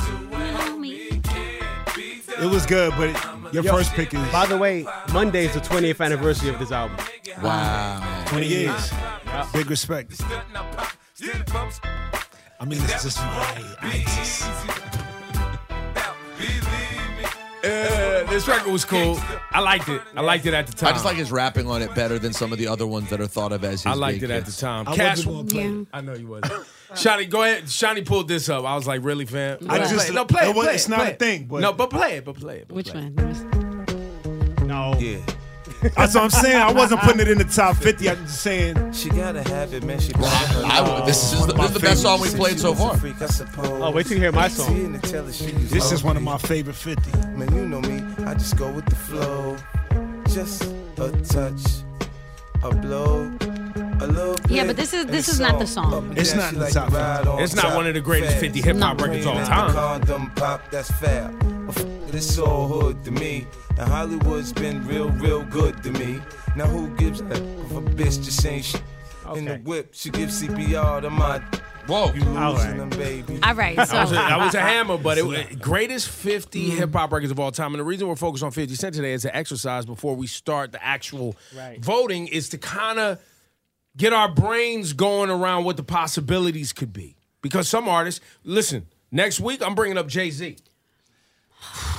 It was good, but your first pick is.
By the way, Monday is the 20th anniversary of this album.
Wow.
20 years. Big respect. I mean, it's just my ISIS.
Uh, this record was cool. I liked it. I liked it at the time.
I just like his rapping on it better than some of the other ones that are thought of as. His
I liked
big
it at the
hits.
time. Cash, I know you wasn't. Shani, go ahead. Shani pulled this up. I was like, really, fam?
I
No,
just-
play it. no play.
it
It,
was-
play
it's
it,
not
play
a
it.
thing, but-
no, but play it, but play it. But
Which
play
one?
No.
Yeah.
That's what I'm saying. I wasn't putting it in the top 50. I'm just saying.
She gotta have it, man. She
I would- this is the- this is the best song we played so far.
Oh,
wait till you hear my song.
This is one of my favorite 50.
Man, you know me. I just go with the flow. Just a touch, a blow, a little.
Yeah,
bit,
but this is-
and
this
it's
is not the
on.
song.
Up and
It's
down,
not
she
in the
like
top
to
50.
ride on
It's not
top
one of the greatest
fast.
50 hip-hop records of all time.
Condom pop, that's fab. But f- This all hood to me. And Hollywood's been real, real good to me. Now who gives a f- if a bitch just ain't shit? In the whip, she gives CPR to my.
Whoa.
All
right. baby.
All right, so Mm.
I was a, I was a hammer, but it greatest 50 hip hop records of all time. And the reason we're focused on 50 Cent today is an exercise before we start the actual
Right.
voting is to kind of get our brains going around what the possibilities could be. Because some artists, listen, next week I'm bringing up Jay Z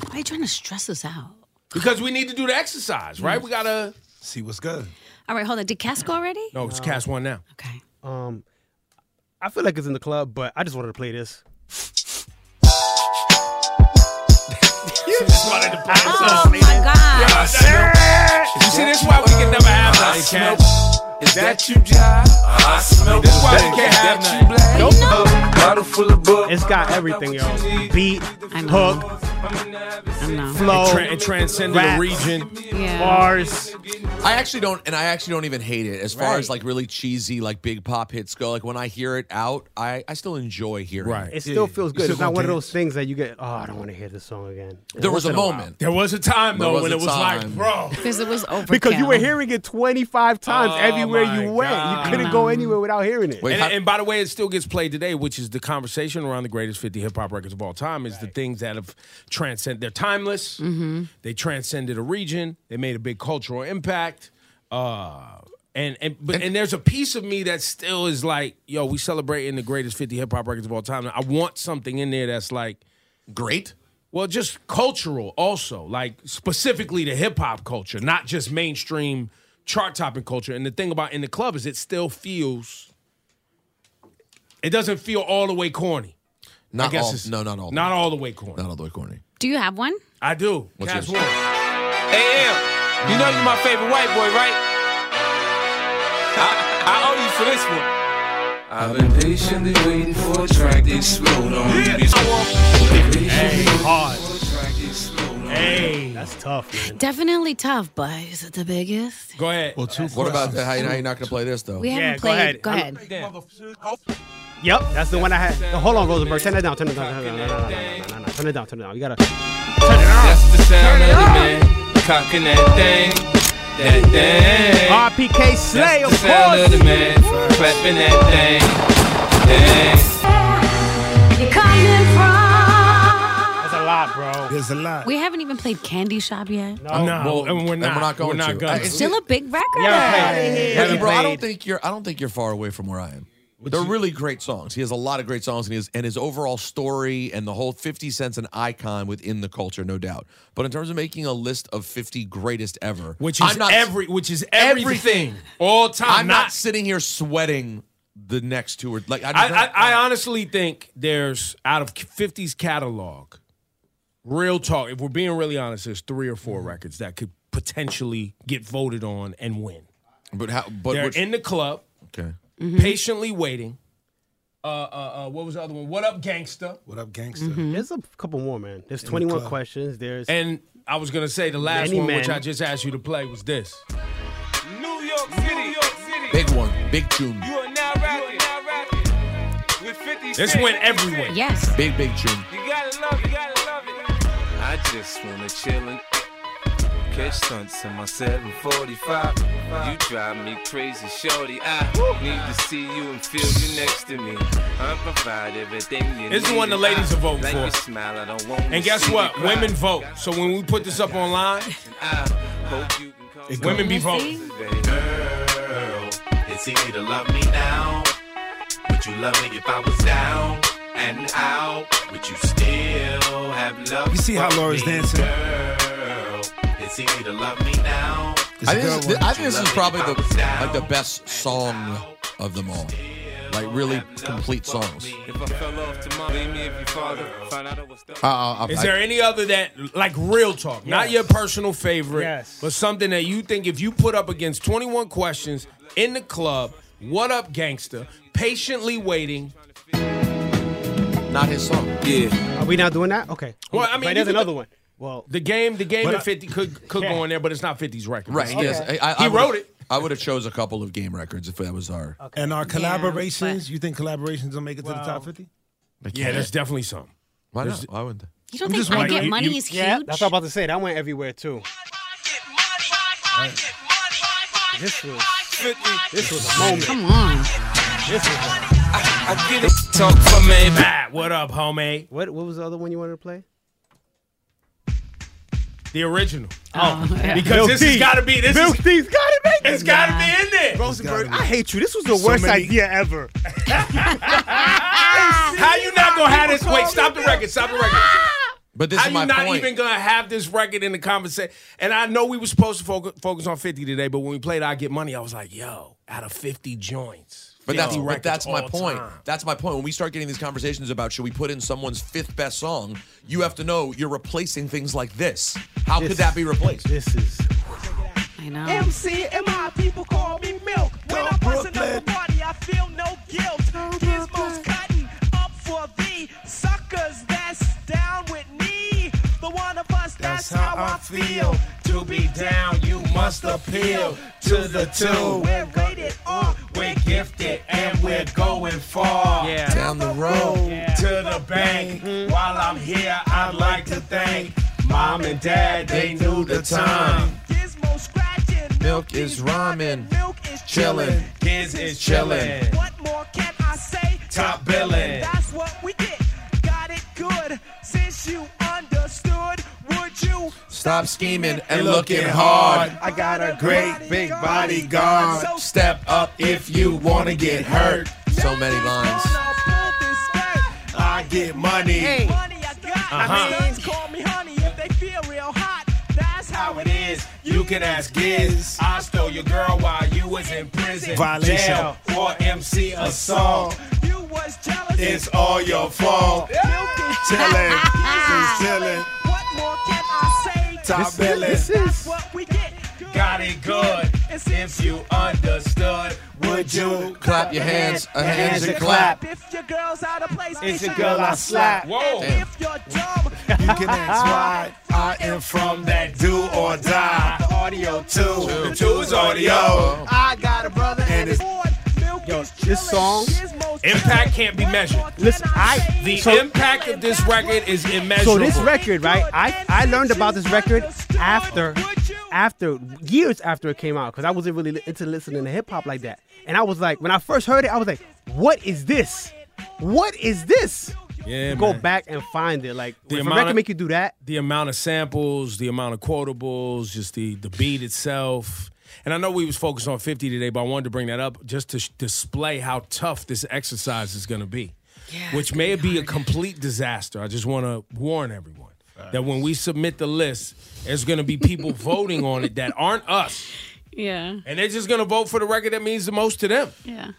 why are you trying to stress us out?
because we need to do the exercise, right? We got to
see what's good.
All right, hold on. Did Cass go already?
No, it's cast one now.
Um, I feel like it's in the club, but I just wanted to play this.
You just wanted to play
Oh my God.
You see, this is why we can never have nice cats.
Is that you, Jai? I smell
This is why we can't have nice
Nope. Bottle full of book.
It's got everything, yo. Beat, hook, flow,
It, tra- it transcended
rap,
the region.
bars.
I actually don't, and I actually don't even hate it as far
Right.
as like really cheesy, like big pop hits go. Like when I hear it out, I, I still enjoy hearing it.
It still feels good. It's not one of those things that you get. Oh, I don't want to hear this song again.
There was
Once
a
in while.
moment.
There was a time,
There
though,
was
when
a
it was
time.
like, bro.
Because it was over.
Because you were hearing it 25 times
Oh,
everywhere
my
you went.
God.
You couldn't go anywhere without hearing it.
and, and by the way, it still gets played today, which is the conversation around the greatest 50 hip hop records of all time is the things that have transcended. They're timeless. They transcended a region. They made a big cultural impact. Uh, and and but and, there's a piece of me that still is like, yo, we celebrating the greatest 50 hip hop records of all time. I want something in there that's like
great.
Well, just cultural also, like specifically to hip hop culture, not just mainstream chart topping culture. And the thing about in the club is it still feels it doesn't feel all the way corny.
Not
I guess
all-
it's-
no, not all the
Not all the way corny.
Not all the way corny.
Do you have one?
I do.
What's
Cash
yours?
one.
AM, you know you're my favorite white boy, right? I, I owe you for this one. I've been patiently waiting for a track they slowed on. Hey, hard.
Hey,
that's tough, man.
Definitely tough, but is it the biggest?
Go ahead.
Well, two what about that? How, you- how you not going to play this, though?
We haven't
Yeah, go
played.
ahead.
Go
I'm-
ahead.
Yep, that's the one I had. Hold on, Rosenberg. Turn that down. Turn it down. Turn it down. No, no, no, no, no, no, no. Turn it down. Turn it down. You gotta.
That's the sound of the man cocking that thing, that thing.
RPK Slay, of
That's the sound of
course.
the man clapping that thing, thing.
That's a lot, bro.
There's a lot.
We haven't even played Candy Shop yet.
No, and we're not.
Oh, we're not going to.
gonna.
I- it's-
Still a big record.
Hey, bro, I don't think you're. I don't think you're far away from where I am. They're really great songs. He has a lot of great songs, and his and his overall story and the whole Fifty Cent's an icon within the culture, no doubt. But in terms of making a list of fifty greatest ever,
which is
I'm not,
every which is everything,
Everything.
all time.
I'm not,
not
sitting here sweating the next two or like I,
I,
just-
I, I honestly think there's out of 50's catalog, real talk, if we're being really honest, there's three or four
Mm-hmm.
records that could potentially get voted on and win.
But how? But
They're
which-
in the club,
okay.
Mm-hmm.
patiently waiting. Uh, uh, uh, what was the other one? What up, gangsta?
What up, gangsta?
Mm-hmm.
There's a couple more, man. There's
the
21
club.
questions. There's
And I was gonna say the last
Many
one, which
men.
I just asked you to play, was this.
New York City, New York City.
Big one, big tune,
You are now rapping, you are now rapping. With 50
This
Cent.
went everywhere.
Yes.
big big tune.
You gotta love it, you gotta love it. I just wanna chill and catch stunts in my 745. You drive me crazy, shorty. I need to see you and feel you next to me. I provide everything you
This is
need.
the one the ladies
I
are voting
like
for.
Your smile, I don't want
And
to
guess
see
what?
you cry.
Women vote. So when we put this up online, women be voting.
Girl, it's easy to love me now. Would you love me if I was down and out? Would you still have love?
You see how
for
Laura's
me?
dancing?
Girl, it's easy to love me now.
I think, this, I think this is probably the
Would you love me if I was
like the best song of them all. Like really complete songs.
If I fell off tomorrow, leave me if you father. Find out I was
Uh, uh, uh,
Is
I-
there any other that, like real talk, not
Yes.
your personal favorite,
Yes.
but something that you think if you put up against 21 questions in the club, what up, gangster, patiently waiting?
Not his song.
Yeah.
Are we not doing that? Okay.
Well, I mean,
but
you
there's
could-
another one. Well,
The game, the game
But
at
I-
50 could could go in there, but it's not 50's record.
Right.
It's-
Yes. I, I,
he
I
wrote
would've-
it.
I would have chose a couple of game records if that was our.
And our collaborations, you think collaborations will make it to the top 50?
Yeah, there's definitely some.
Why
There's-
not? Why wouldn't they?
You don't
I'm just
think I
wondering,
get
you-
money
you-
is
yeah,
huge?
that's what I'm about to say. That went everywhere too. This was, this was a moment.
Come on.
I get it. Talk for me.
Matt, what up, homie?
What What was the other one you wanted to play?
The original.
Oh, yeah.
because
Milk
this
tea.
has got to be. This
Milk
is,
tea's got to be.
It's got to be in there.
Rosenberg, I hate you. This was the worst idea ever.
How you not gonna have this? Wait, stop the record. Stop the record.
But this
How
is my
you not
point.
even gonna have this record in the conversation? And I know we were supposed to focus, focus on fifty today, but when we played "I Get Money," I was like, "Yo, out of fifty joints,
But
50
that's, but
records
that's my
all
point.
time.
That's my point. When we start getting these conversations about should we put in someone's fifth best song, you have to know you're replacing things like this. How could that be replaced?
This is.
I know.
MC and my people call me milk. When I'm busting up a party, I feel no guilt. Gizmos cutting up for the suckers that's down with me. The one of us that's,
That's how I feel. To be down, you must appeal to the two. We're rated R, we're gifted, and we're going far.
Yeah. Down the road
to the bank. While I'm here, I'd like to thank mom and dad. They knew the time.
Gizmo scratching,
Milk is rhyming.
milk is
Chillin'.
chilling.
Kids is chillin'.
What more can I say?
Top billing.
That's what we get. Got it good. Since you understood, would you
Stop scheming
and looking hard. I got a great big bodyguard. Step up if you wanna get hurt.
So many lines.
I get money. Uh-huh.
I mean, call me honey if they feel real hot. That's how
how it is. You can ask Giz. I stole your girl while you was in prison.
Violation.
Jail for MC assault.
you was jealous.
It's all your fault. Chillin', is chillin'.
What more can I say?
Top This is- billing. this
That's what we get.
Got it good. If you understood, would you
Clap your hands, uh, hands and clap.
If your girl's out of place,
It's
be
your
sure
girl I
to
slap.
And
Damn.
if you're dumb,
You can ask why I am from that do or die. The audio too. The two is audio.
I got a brother and it's
Oh. Yo, this song impact can't be measured.
Listen, I
the
so-
impact of this record is immeasurable.
So this record, right? I I learned about this record after after years after it came out because I wasn't really li- into listening to hip hop like that. And I was like, when I first heard it, I was like, what is this? What is this?
Yeah,
You go
man.
back and find it. Like
The
if a
amount
record
of-
make you do that,
the amount of samples, the amount of quotables, just the the beat itself. And I know we was focused on 50 today, but I wanted to bring that up just to sh- display how tough this exercise is going to be. which may be, a complete disaster. I just want to warn everyone that when we submit the list, there's going to be people voting on it that aren't us.
Yeah.
And they're just going to vote for the record that means the most to them.
Yeah.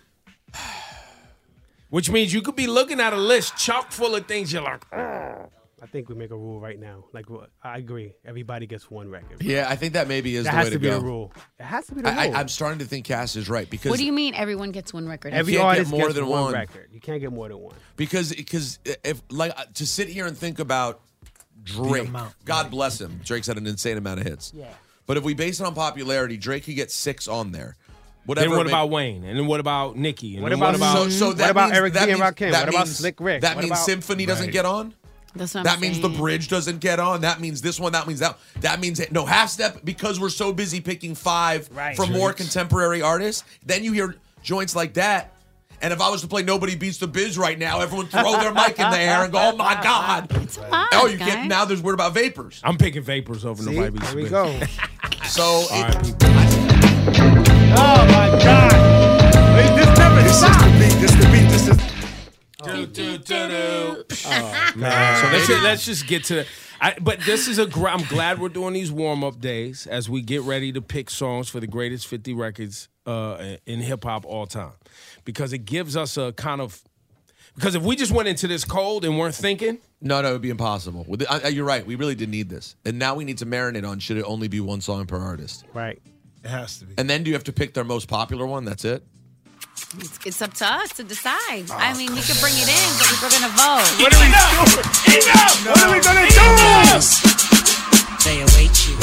Which means you could be looking at a list chock full of things you're like, "Ugh."
I think we make a rule right now. Like what- I agree, everybody gets one record.
Yeah, I think that maybe is
That
the
has
way
to
to
be
go.
a rule. It has to be the
I,
rule.
I, I'm starting to think Cass is right because
What do you mean everyone gets one record?
Every
Every
can't get
artist
more
gets
than
one
one.
record. You can't get more than one.
because because if like uh, to sit here and think about Drake,
amount,
God bless him, Drake's had an insane amount of hits.
Yeah.
But if we base it on popularity, Drake could get six on there. Whatever.
Then what
it may-
about Wayne? And then what about Nicki? And
What
then
about-
what about
So- so that
what about
means-
Eric
that
B and
means- that
Rakim? What about
means-
Slick Rick?
that
What
means
about-
Symphony doesn't get on?
That's what I'm
that means the
saying.
bridge doesn't get on. That means this one. That means that. That means it. No half step because we're so busy picking five from more contemporary artists. Then you hear joints like that. And if I was to play Nobody Beats the Biz right now, everyone throw their mic in the air and go, "Oh my god!" oh, you get now. There's word about vapors.
I'm picking vapors over
See?
nobody. There
we
go.
So
Oh my God! this never this
This the beat. This is
So let's just, let's just get to. I, but this is a. Gr- I'm glad we're doing these warm up days as we get ready to pick songs for the greatest 50 records uh, in hip hop all time, because it gives us a kind of. Because if we just went into this cold and weren't thinking,
No, no, it would be impossible. With the- I- I- you're right. We really did need this, and now we need to marinate on should it only be one song per artist,
Right.
It has to be.
and then do you have to pick their most popular one? That's it.
It's, it's up to us to decide. I mean, we could bring it in, but we're going to vote.
Ah, What are we doing? Enough! What are we gonna do?
They await you.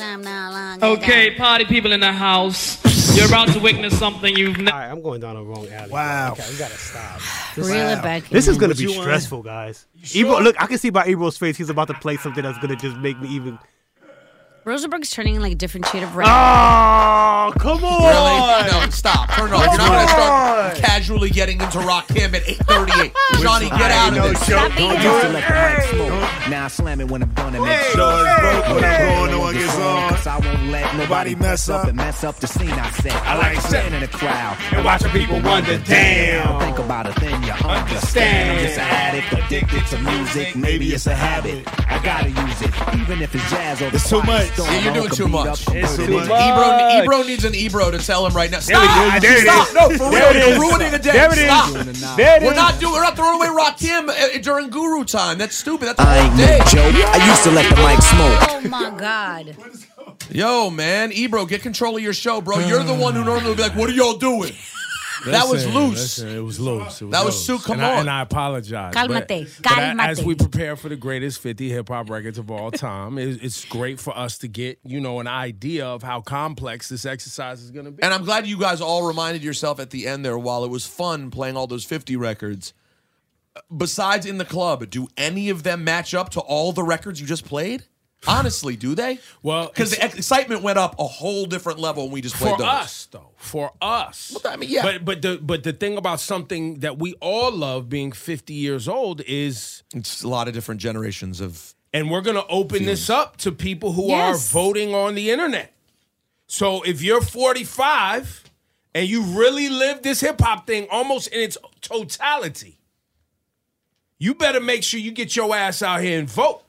Okay, party people in the house. You're about to witness something you've never.
I'm going down the wrong alley.
Wow.
Okay, we gotta stop.
Reel it back
This is
in.
gonna
What
be
you want?
stressful, guys.
sure?
Ebro, look, I can see by Ebro's face, he's about to play something that's gonna just make me even.
Rosenberg's turning like a different shade of red.
Oh, come on!
Really? No, stop. turn off. You're not going to start casually getting into rock him at 8:38. Johnny, get out of this.
Now I slam it when I'm gonna make
Hey,
sure it's
hey,
broke. When
hey.
I'm going, no one gets on. 'Cause I won't let nobody mess up and mess up the scene I set. I like standing in the crowd and watching people wonder, damn. Think about it, then you understand. I'm just an addict, addicted to music. Maybe it's a habit. I gotta use it, even if it's jazz or the
It's too
quiet
much.
storm.
Yeah, you're
I
doing
could
too
beat
much.
up
It's
converted
too much. Ebro, Ebro needs an Ebro to tell him right now.
There we
Stop!
go. There it
Stop!
is.
No, for
There it
real,
is.
you're ruining the day.
There it is.
Stop!
There it
we're
is.
not doing. We're not throwing away Rakim uh, during Guru time. That's stupid. That's a
I ain't
whole day.
no joke. I used to let the mic smoke.
Oh my God.
Yo, man, Ebro, get control of your show, bro. You're the one who normally would be like, "What are y'all doing?" that was
Listen,
loose.
listen, it was loose. It
That was
loose.
too- come
and I,
on.
and I apologize.
Cálmate,
but- but a-
cálmate.
as we prepare for the greatest 50 hip hop records of all time, it- it's great for us to get, you know, an idea of how complex this exercise is going to be.
And I'm glad you guys all reminded yourself at the end there, while it was fun playing all those 50 records, besides in the club, do any of them match up to all the records you just played? Honestly, do they?
Well,
because the ex- excitement went up a whole different level when we just played
for
those.
us though for us
I mean, yeah.
but but the but the thing about something that we all love being 50 years old is
it's a lot of different generations of
and we're going to open this up to people who
Yes.
are voting on the internet so if you're 45 and you really live this hip hop thing almost in its totality you better make sure you get your ass out here and vote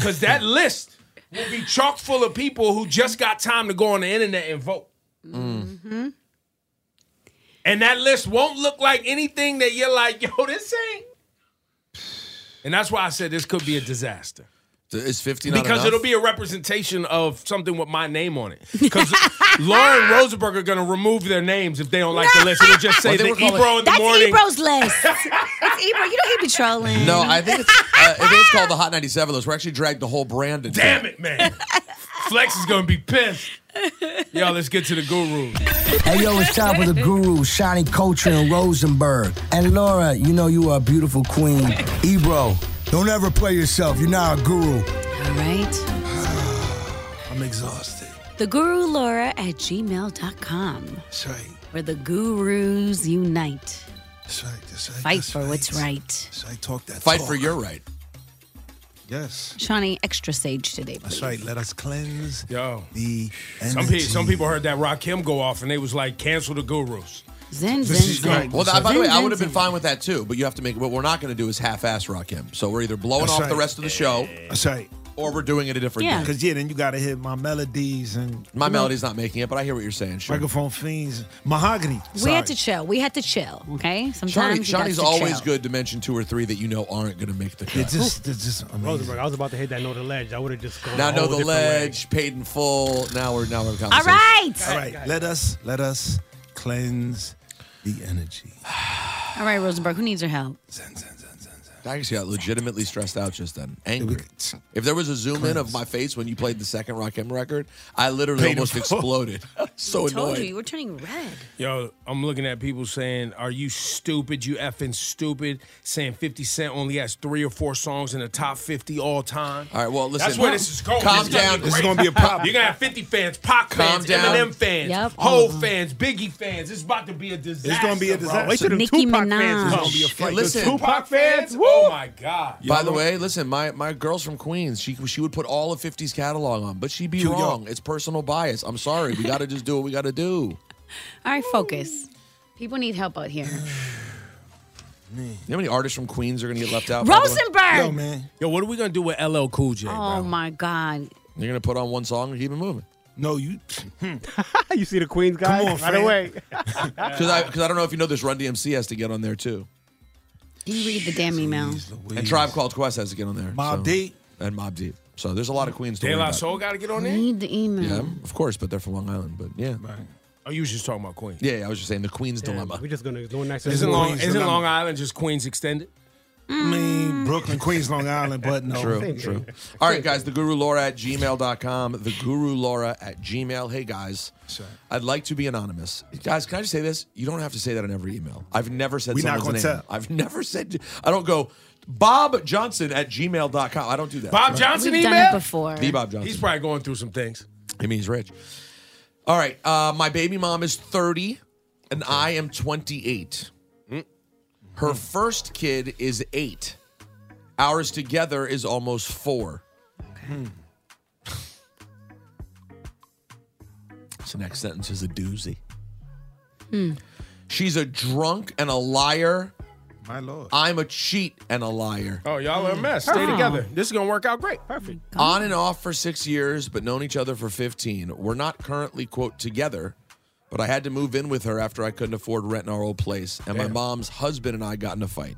cuz that list will be chock full of people who just got time to go on the internet and vote
Mm.
Mm-hmm.
And that list won't look like anything that you're like, yo, this ain't. And that's why I said this could be a disaster.
Is 50 not
Because
enough?
it'll be a representation of something with my name on it. Because Lauren Rosenberg are going to remove their names if they don't like the list. It'll just say
Well,
the
they
Ebro
were calling-
in the
That's
morning.
Ebro's list. That's Ebro. You know he be trolling.
No, I think it's uh, I think it's called the Hot 97 list. We're actually dragged the whole brand into
Damn it, man. Flex is going to be pissed. Yo, let's get to the guru.
Hey yo, it's time for the guru, Shiny Culture and Rosenberg. And Laura, you know you are a beautiful queen. Ebro, don't ever play yourself. You're not a guru.
All right.
I'm exhausted.
The Guru Laura at gmail.com.
That's right.
Where the gurus unite.
That's right. That's right.
Fight for what's right.
So I talk that.
Fight
talk.
for your right.
Yes.
Shawnee, extra sage today.
That's right. Let us cleanse
Yo.
the
Some, pe-
energy.
some people heard that Rakim go off and they was like, cancel the gurus.
Zen,
This
zen,
is
zen.
great.
Well, th- by the
Zing,
way, I
zing,
would have been
zing.
fine with that too, but you have to make what we're not going to do is half-ass rock him. So we're either blowing
That's
off the
right.
rest of the show,
That's right.
or we're doing it a different day.
Because yeah, then you gotta hit my melodies and
My
you know,
melody's not making it, but I hear what you're saying. Sure.
microphone fiends, mahogany.
We
Sorry.
had to chill. We had to chill. Okay.
Shawnee,
Sometimes you
Shawnee's
got to
always
chill.
good to mention two or three that you know aren't going to make the cut.
It's just, it's just amazing.
Rosenberg, I was about to hit that no the ledge. I would have just gone.
now
a
know the
whole different
ledge, paid in full. Now we're now we're in
All
conversation.
right.
All right, let us let us cleanse the energy.
All right, Rosenberg. Who needs your help?
I just got legitimately stressed out just then. Angry. If there was a zoom in of my face when you played the second Rock M record, I literally
Paid in
almost
full.
exploded. so
I told
annoyed.
you you were turning red.
Yo, I'm looking at people saying, "Are you stupid? You effing stupid!" Saying 50 Cent only has three or four songs in the top 50 all time.
All right, well, listen.
That's where this is going.
Calm
is gonna
down.
be great. You're gonna have 50 fans, Pac
Calm
fans,
down.
Eminem fans,
Yep.
Hove fans, Biggie fans. It's about to be a disaster. bro.
Yeah, listen,
Tupac fans. Oh my god.
By the way, listen, my, my girl's from Queens. She she would put all of 50's catalog on, but she'd be
Yo, yo.
wrong. It's personal bias. I'm sorry. We got to just do what we got to do.
All right, focus. People need help out here.
You know how many artists from Queens are going to get left out? by the way?
Rosenberg. Yo,
man.
Yo, what are we gonna do with LL Cool J?
Oh my God.
You're going to put on one song and keep it moving.
No, you.
you see the Queens guy
Come on,
right
fam.
away.
Because I, 'cause I don't know if you know this, Run DMC has to get on there too.
You read the damn email.
And Tribe Called Quest has to get on there.
Mobb
Deep. And Mob Deep. So there's a lot of Queens to
De
worry
La
about.
Soul gotta get on there.
Read the email.
Yeah, of course, but they're from Long Island. But yeah.
Oh, you was just talking about Queens.
Yeah, I was just saying the Queen's
Yeah,
Dilemma.
We're just gonna do it next.
Isn't Long, isn't Long Island just Queens extended?
I mean, Brooklyn, Queens, Long Island, but no.
True, true. All right, guys, the guru Laura at gmail.com. The guru Laura at gmail. Hey, guys, I'd like to be anonymous. Guys, can I just say this? You don't have to say that in every email. I've never said
We not
someone's
gonna
name.
tell.
I've never said, I don't go, Bob Johnson at gmail.com. I don't do that.
Bob Johnson
We've
email.
done it before.
The Bob Johnson.
He's probably going through some things.
I mean, he's rich. All right, uh, my baby mom is 30 and I am 28.
Mm.
Her first kid is eight. Ours together is almost four. So next sentence is a doozy.
Hmm.
She's a drunk and a liar.
My lord.
I'm a cheat and a liar.
Oh, y'all are a mess. Stay
Oh.
together. This is gonna work out great. Perfect.
On and off for six years, but known each other for 15. We're not currently, quote, together, but I had to move in with her after I couldn't afford rent in our old place, and my
Damn.
mom's husband and I got in a fight.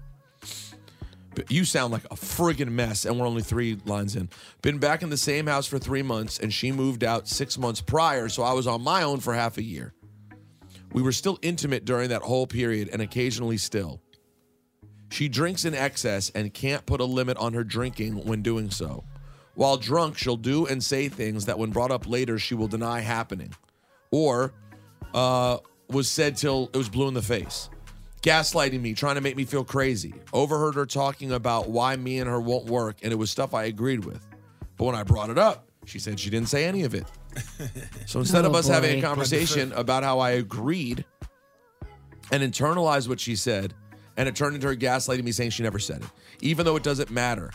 But you sound like a friggin' mess, and we're only three lines in. Been back in the same house for three months, and she moved out six months prior, so I was on my own for half a year. We were still intimate during that whole period, and occasionally still. She drinks in excess and can't put a limit on her drinking when doing so. While drunk, she'll do and say things that, when brought up later, she will deny happening, or uh, was said till it was blue in the face. Gaslighting me, trying to make me feel crazy. Overheard her talking about why me and her won't work, and it was stuff I agreed with. But when I brought it up, she said she didn't say any of it. So instead of
Oh,
us having a
boy.
conversation about how I agreed and internalized what she said, and it turned into her gaslighting me saying she never said it, even though it doesn't matter.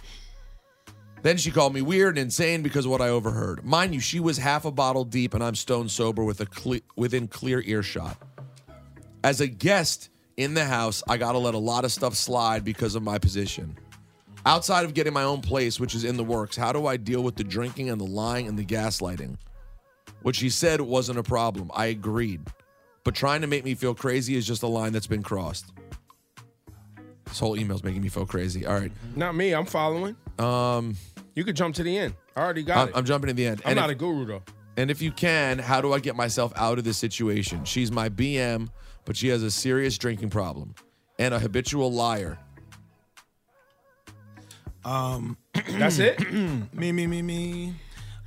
Then she called me weird and insane because of what I overheard. Mind you, she was half a bottle deep, and I'm stone sober with a cle- within clear earshot. As a guest in the house, I gotta let a lot of stuff slide because of my position. Outside of getting my own place, which is in the works, how do I deal with the drinking and the lying and the gaslighting? What she said wasn't a problem. I agreed. But trying to make me feel crazy is just a line that's been crossed. This whole email's making me feel crazy. All right.
Not me. I'm following.
Um,
You could jump to the end. I already got
I'm,
it.
I'm jumping to the end.
I'm
And
not
if-
a guru though.
and if you can, how do I get myself out of this situation? She's my BM, but she has a serious drinking problem and a habitual liar.
Um,
That's it?
me, me, me, me.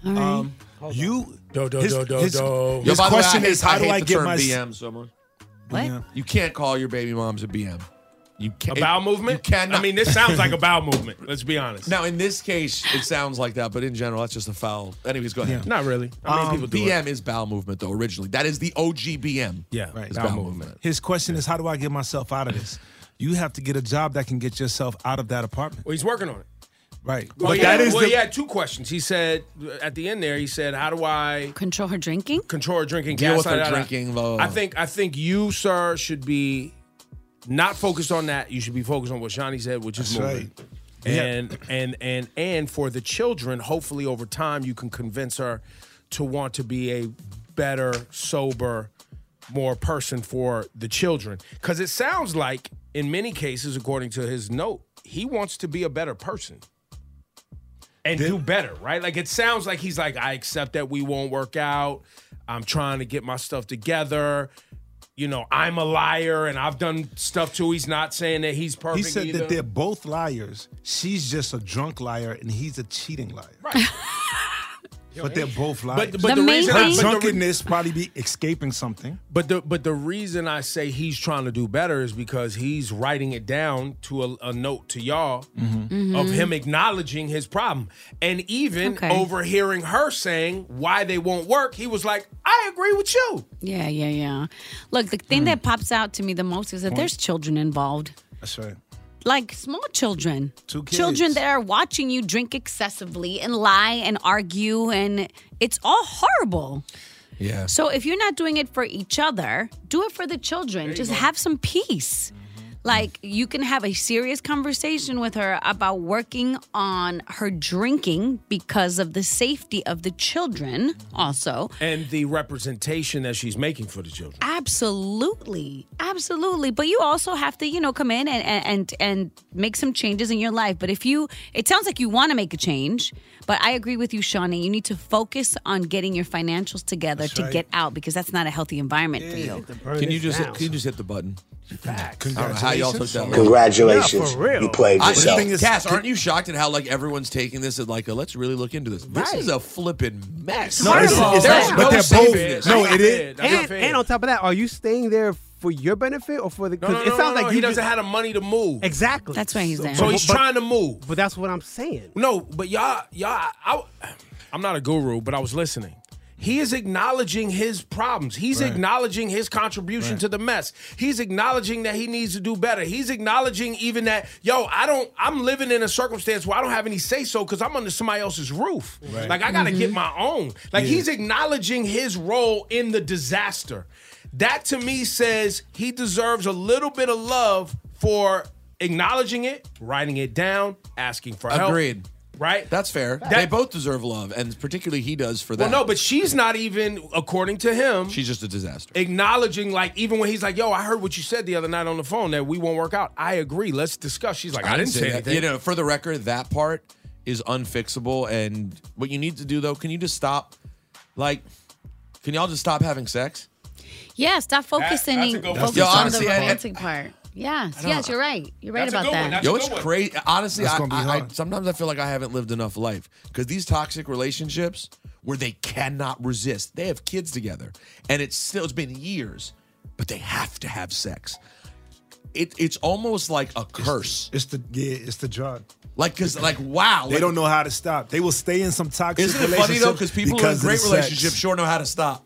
All right.
Um, you.
Do, do,
his,
do, do,
his,
do. Yo,
his
by the way,
question
hate-
is, how do
hate
I
the
get
term
my
BM? Someone.
What? Yeah.
You can't call your baby moms a BM. You can't.
A bowel movement?
You cannot.
I mean, this sounds like a bowel movement. Let's be honest.
Now, in this case, it sounds like that, but in general, that's just a foul. Anyways, go ahead.
Yeah. Not really. I mean, people do it.
BM is bowel movement, though, originally. That is the OG BM.
Yeah,
right. Bowel, movement.
His question is, how do I get myself out of this? You have to get a job that can get yourself out of that apartment.
Well, he's working on it.
Right.
Well,
but
he
that
had,
is
well,
the,
he had two questions. He said at the end there, he said, "How do I
control her drinking?
Control her drinking.
Deal with
gaslight,
her
da, da, da."
drinking, blah, blah,
I
blah.
think I think you, sir, should be not focused on that. You should be focused on what Shawnee said, which is
That's
moving.
right. Yeah.
And and and and for the children, hopefully over time you can convince her to want to be a better, sober, more person for the children. Because it sounds like, in many cases, according to his note, he wants to be a better person and do better, right? Like it sounds like he's like, I accept that we won't work out. I'm trying to get my stuff together. You know, I'm a liar and I've done stuff too. He's not saying that he's perfect.
he said
either.
that they're both liars. She's just a drunk liar, and he's a cheating liar. Right. but they're both liars.
but The the main reason-
her
thing- but the re-
drunkenness probably be escaping something.
But the but the reason I say he's trying to do better is because he's writing it down to a, a note to y'all
Mm-hmm.
Mhm.
of him acknowledging his problem and even
Okay.
overhearing her saying why they won't work. He was like, I agree with you.
Yeah, yeah, yeah. Look, the thing that pops out to me the most is that there's children involved.
That's right.
Like small children.
Two kids.
Children that are watching you drink excessively and lie and argue and it's all horrible.
Yeah.
So if you're not doing it for each other, do it for the children. Just have some peace.
Mm-hmm.
Like you can have a serious conversation with her about working on her drinking because of the safety of the children also.
And the representation that she's making for the children.
Absolutely, absolutely. But you also have to, you know, come in and and and make some changes in your life. But if you, it sounds like you want to make a change. But I agree with you, Shawnee. You need to focus on getting your financials together
That's
to
right.
get out because that's not a healthy environment for you.
Can you just can you just hit the button?
Facts.
I don't know how y'all took that.
Congratulations.
Long.
You played
I,
yourself.
Cass, aren't you shocked at how like everyone's taking this and like let's really look into this? This is a flipping mess.
No, it's- it's-
There's
but
no
they're both-
safeness.
no,
it is- That's not
And,
fair.
and on top of that, are you staying there for your benefit or for the?
No,
'cause
no, no,
it sounds
no,
like
no.
you
he doesn't
just-
have the money to move.
Exactly. That's why he's there.
So he's
But-
trying to move.
But that's what I'm saying.
No, but y'all, y'all, I, I'm not a guru, but I was listening, He is acknowledging his problems. He's
Right.
acknowledging his contribution
Right.
to the mess. He's acknowledging that he needs to do better. He's acknowledging even that, yo, I don't, I'm living in a circumstance where I don't have any say so because I'm under somebody else's roof.
Right.
Like, I got to
Mm-hmm.
Mhm.
get my own. Like,
Yeah.
he's acknowledging his role in the disaster. That to me says he deserves a little bit of love for acknowledging it, writing it down, asking for help.
Agreed.
Right?
That's fair.
That-
they both deserve love, and particularly he does for that.
Well, no, but she's not even, according to him,
she's just a disaster.
acknowledging like even when he's like, "Yo, I heard what you said the other night on the phone that we won't work out." I agree. Let's discuss. She's like, "I, didn't say
that.
anything."
You know, for the record, that part is unfixable. And what you need to do though, can you just stop? Like, can y'all just stop having sex?
Yeah, stop focusing,
that's a good one.
focus
Yo,
on
honestly,
the
I- I-
romantic part. Yes,
don't-
yes, you're right. You're right
That's a
about
good
that.
one. Yo, it's crazy. Honestly,
That's
I,
gonna be
I- I-
hard.
sometimes I feel like I haven't lived enough life because these toxic relationships where they cannot resist. They have kids together, and it's still it's been years, but they have to have sex. It, it's almost like a curse.
It's the yeah, it's the drug.
Like, cause like, wow,
They
like-
don't know how to stop. They will stay in some toxic.
Isn't it funny though? Because people who are in
because of
great
the sex.
relationships sure know how to stop.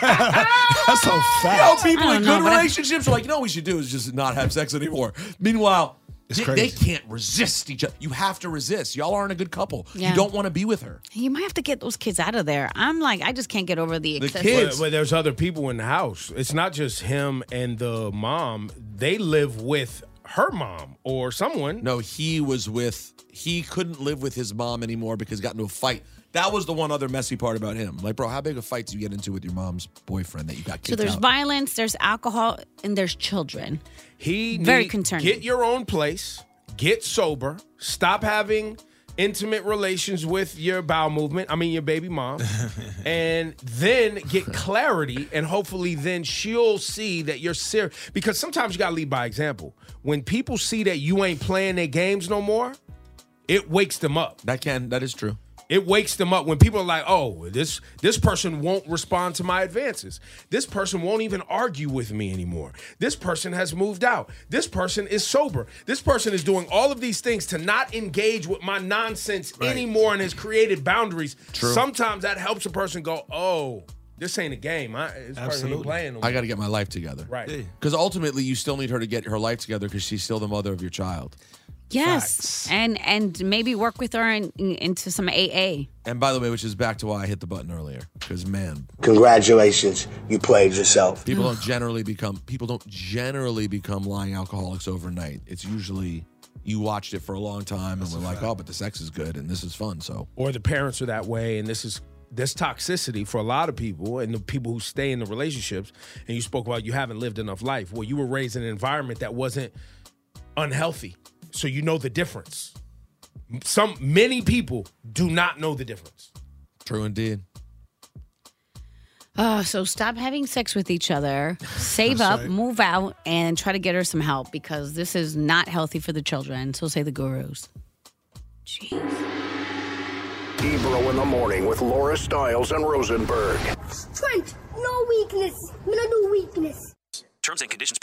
That's so
No,
fast.
people in good relationships are like, you know what we should do is just not have sex anymore. Meanwhile, they, they
crazy.
can't resist each other. You have to resist. Y'all aren't a good couple.
Yeah.
You don't want to be with her.
You might have to get those kids out of there. I'm like, I just can't get over the,
The
excessive-
kids. But, there's other people in the house. It's not just him and the mom. They live with her mom or someone.
No, he was with, he couldn't live with his mom anymore because he got into a fight. That was the one other messy part about him. Like, bro, how big of fights you get into with your mom's boyfriend that you got
So
kicked
there's
out?
violence, there's alcohol, and there's children.
He
Very
need-
concerning.
Get your own place. Get sober. Stop having intimate relations with your bowel movement. I mean your baby mom, and then get clarity. And hopefully, then she'll see that you're serious. Because sometimes you gotta lead by example. When people see that you ain't playing their games no more, it wakes them up.
That can. That is true.
It wakes them up when people are like, "Oh, this this person won't respond to my advances. This person won't even argue with me anymore. This person has moved out. This person is sober. This person is doing all of these things to not engage with my nonsense anymore and has created boundaries.
True.
Sometimes that helps a person go, "Oh, this ain't a game. I, this person ain't
Absolutely.
playing." no
I got
more."
to get my life together.
Right. Yeah.
Because ultimately, you still need her to get her life together because she's still the mother of your child.
Yes, and and maybe work with her in, in- into some AA.
And by the way, which is back to why I hit the button earlier. Because man,
Congratulations, you played yourself.
people don't generally become people don't generally become lying alcoholics overnight. It's usually you watched it for a long time and we're like, oh, but the sex is good and this is fun. So
or the parents are that way and this is this toxicity for a lot of people and the people who stay in the relationships and you spoke about you haven't lived enough life well you were raised in an environment that wasn't unhealthy so you know the difference some many people do not know the difference
true indeed
Oh, so stop having sex with each other. Save up, move out, and try to get her some help because this is not healthy for the children. So say the gurus.
Ebro in the morning with Laura Stiles and Rosenberg.
Strength, no weakness. No, no weakness.
Terms and conditions.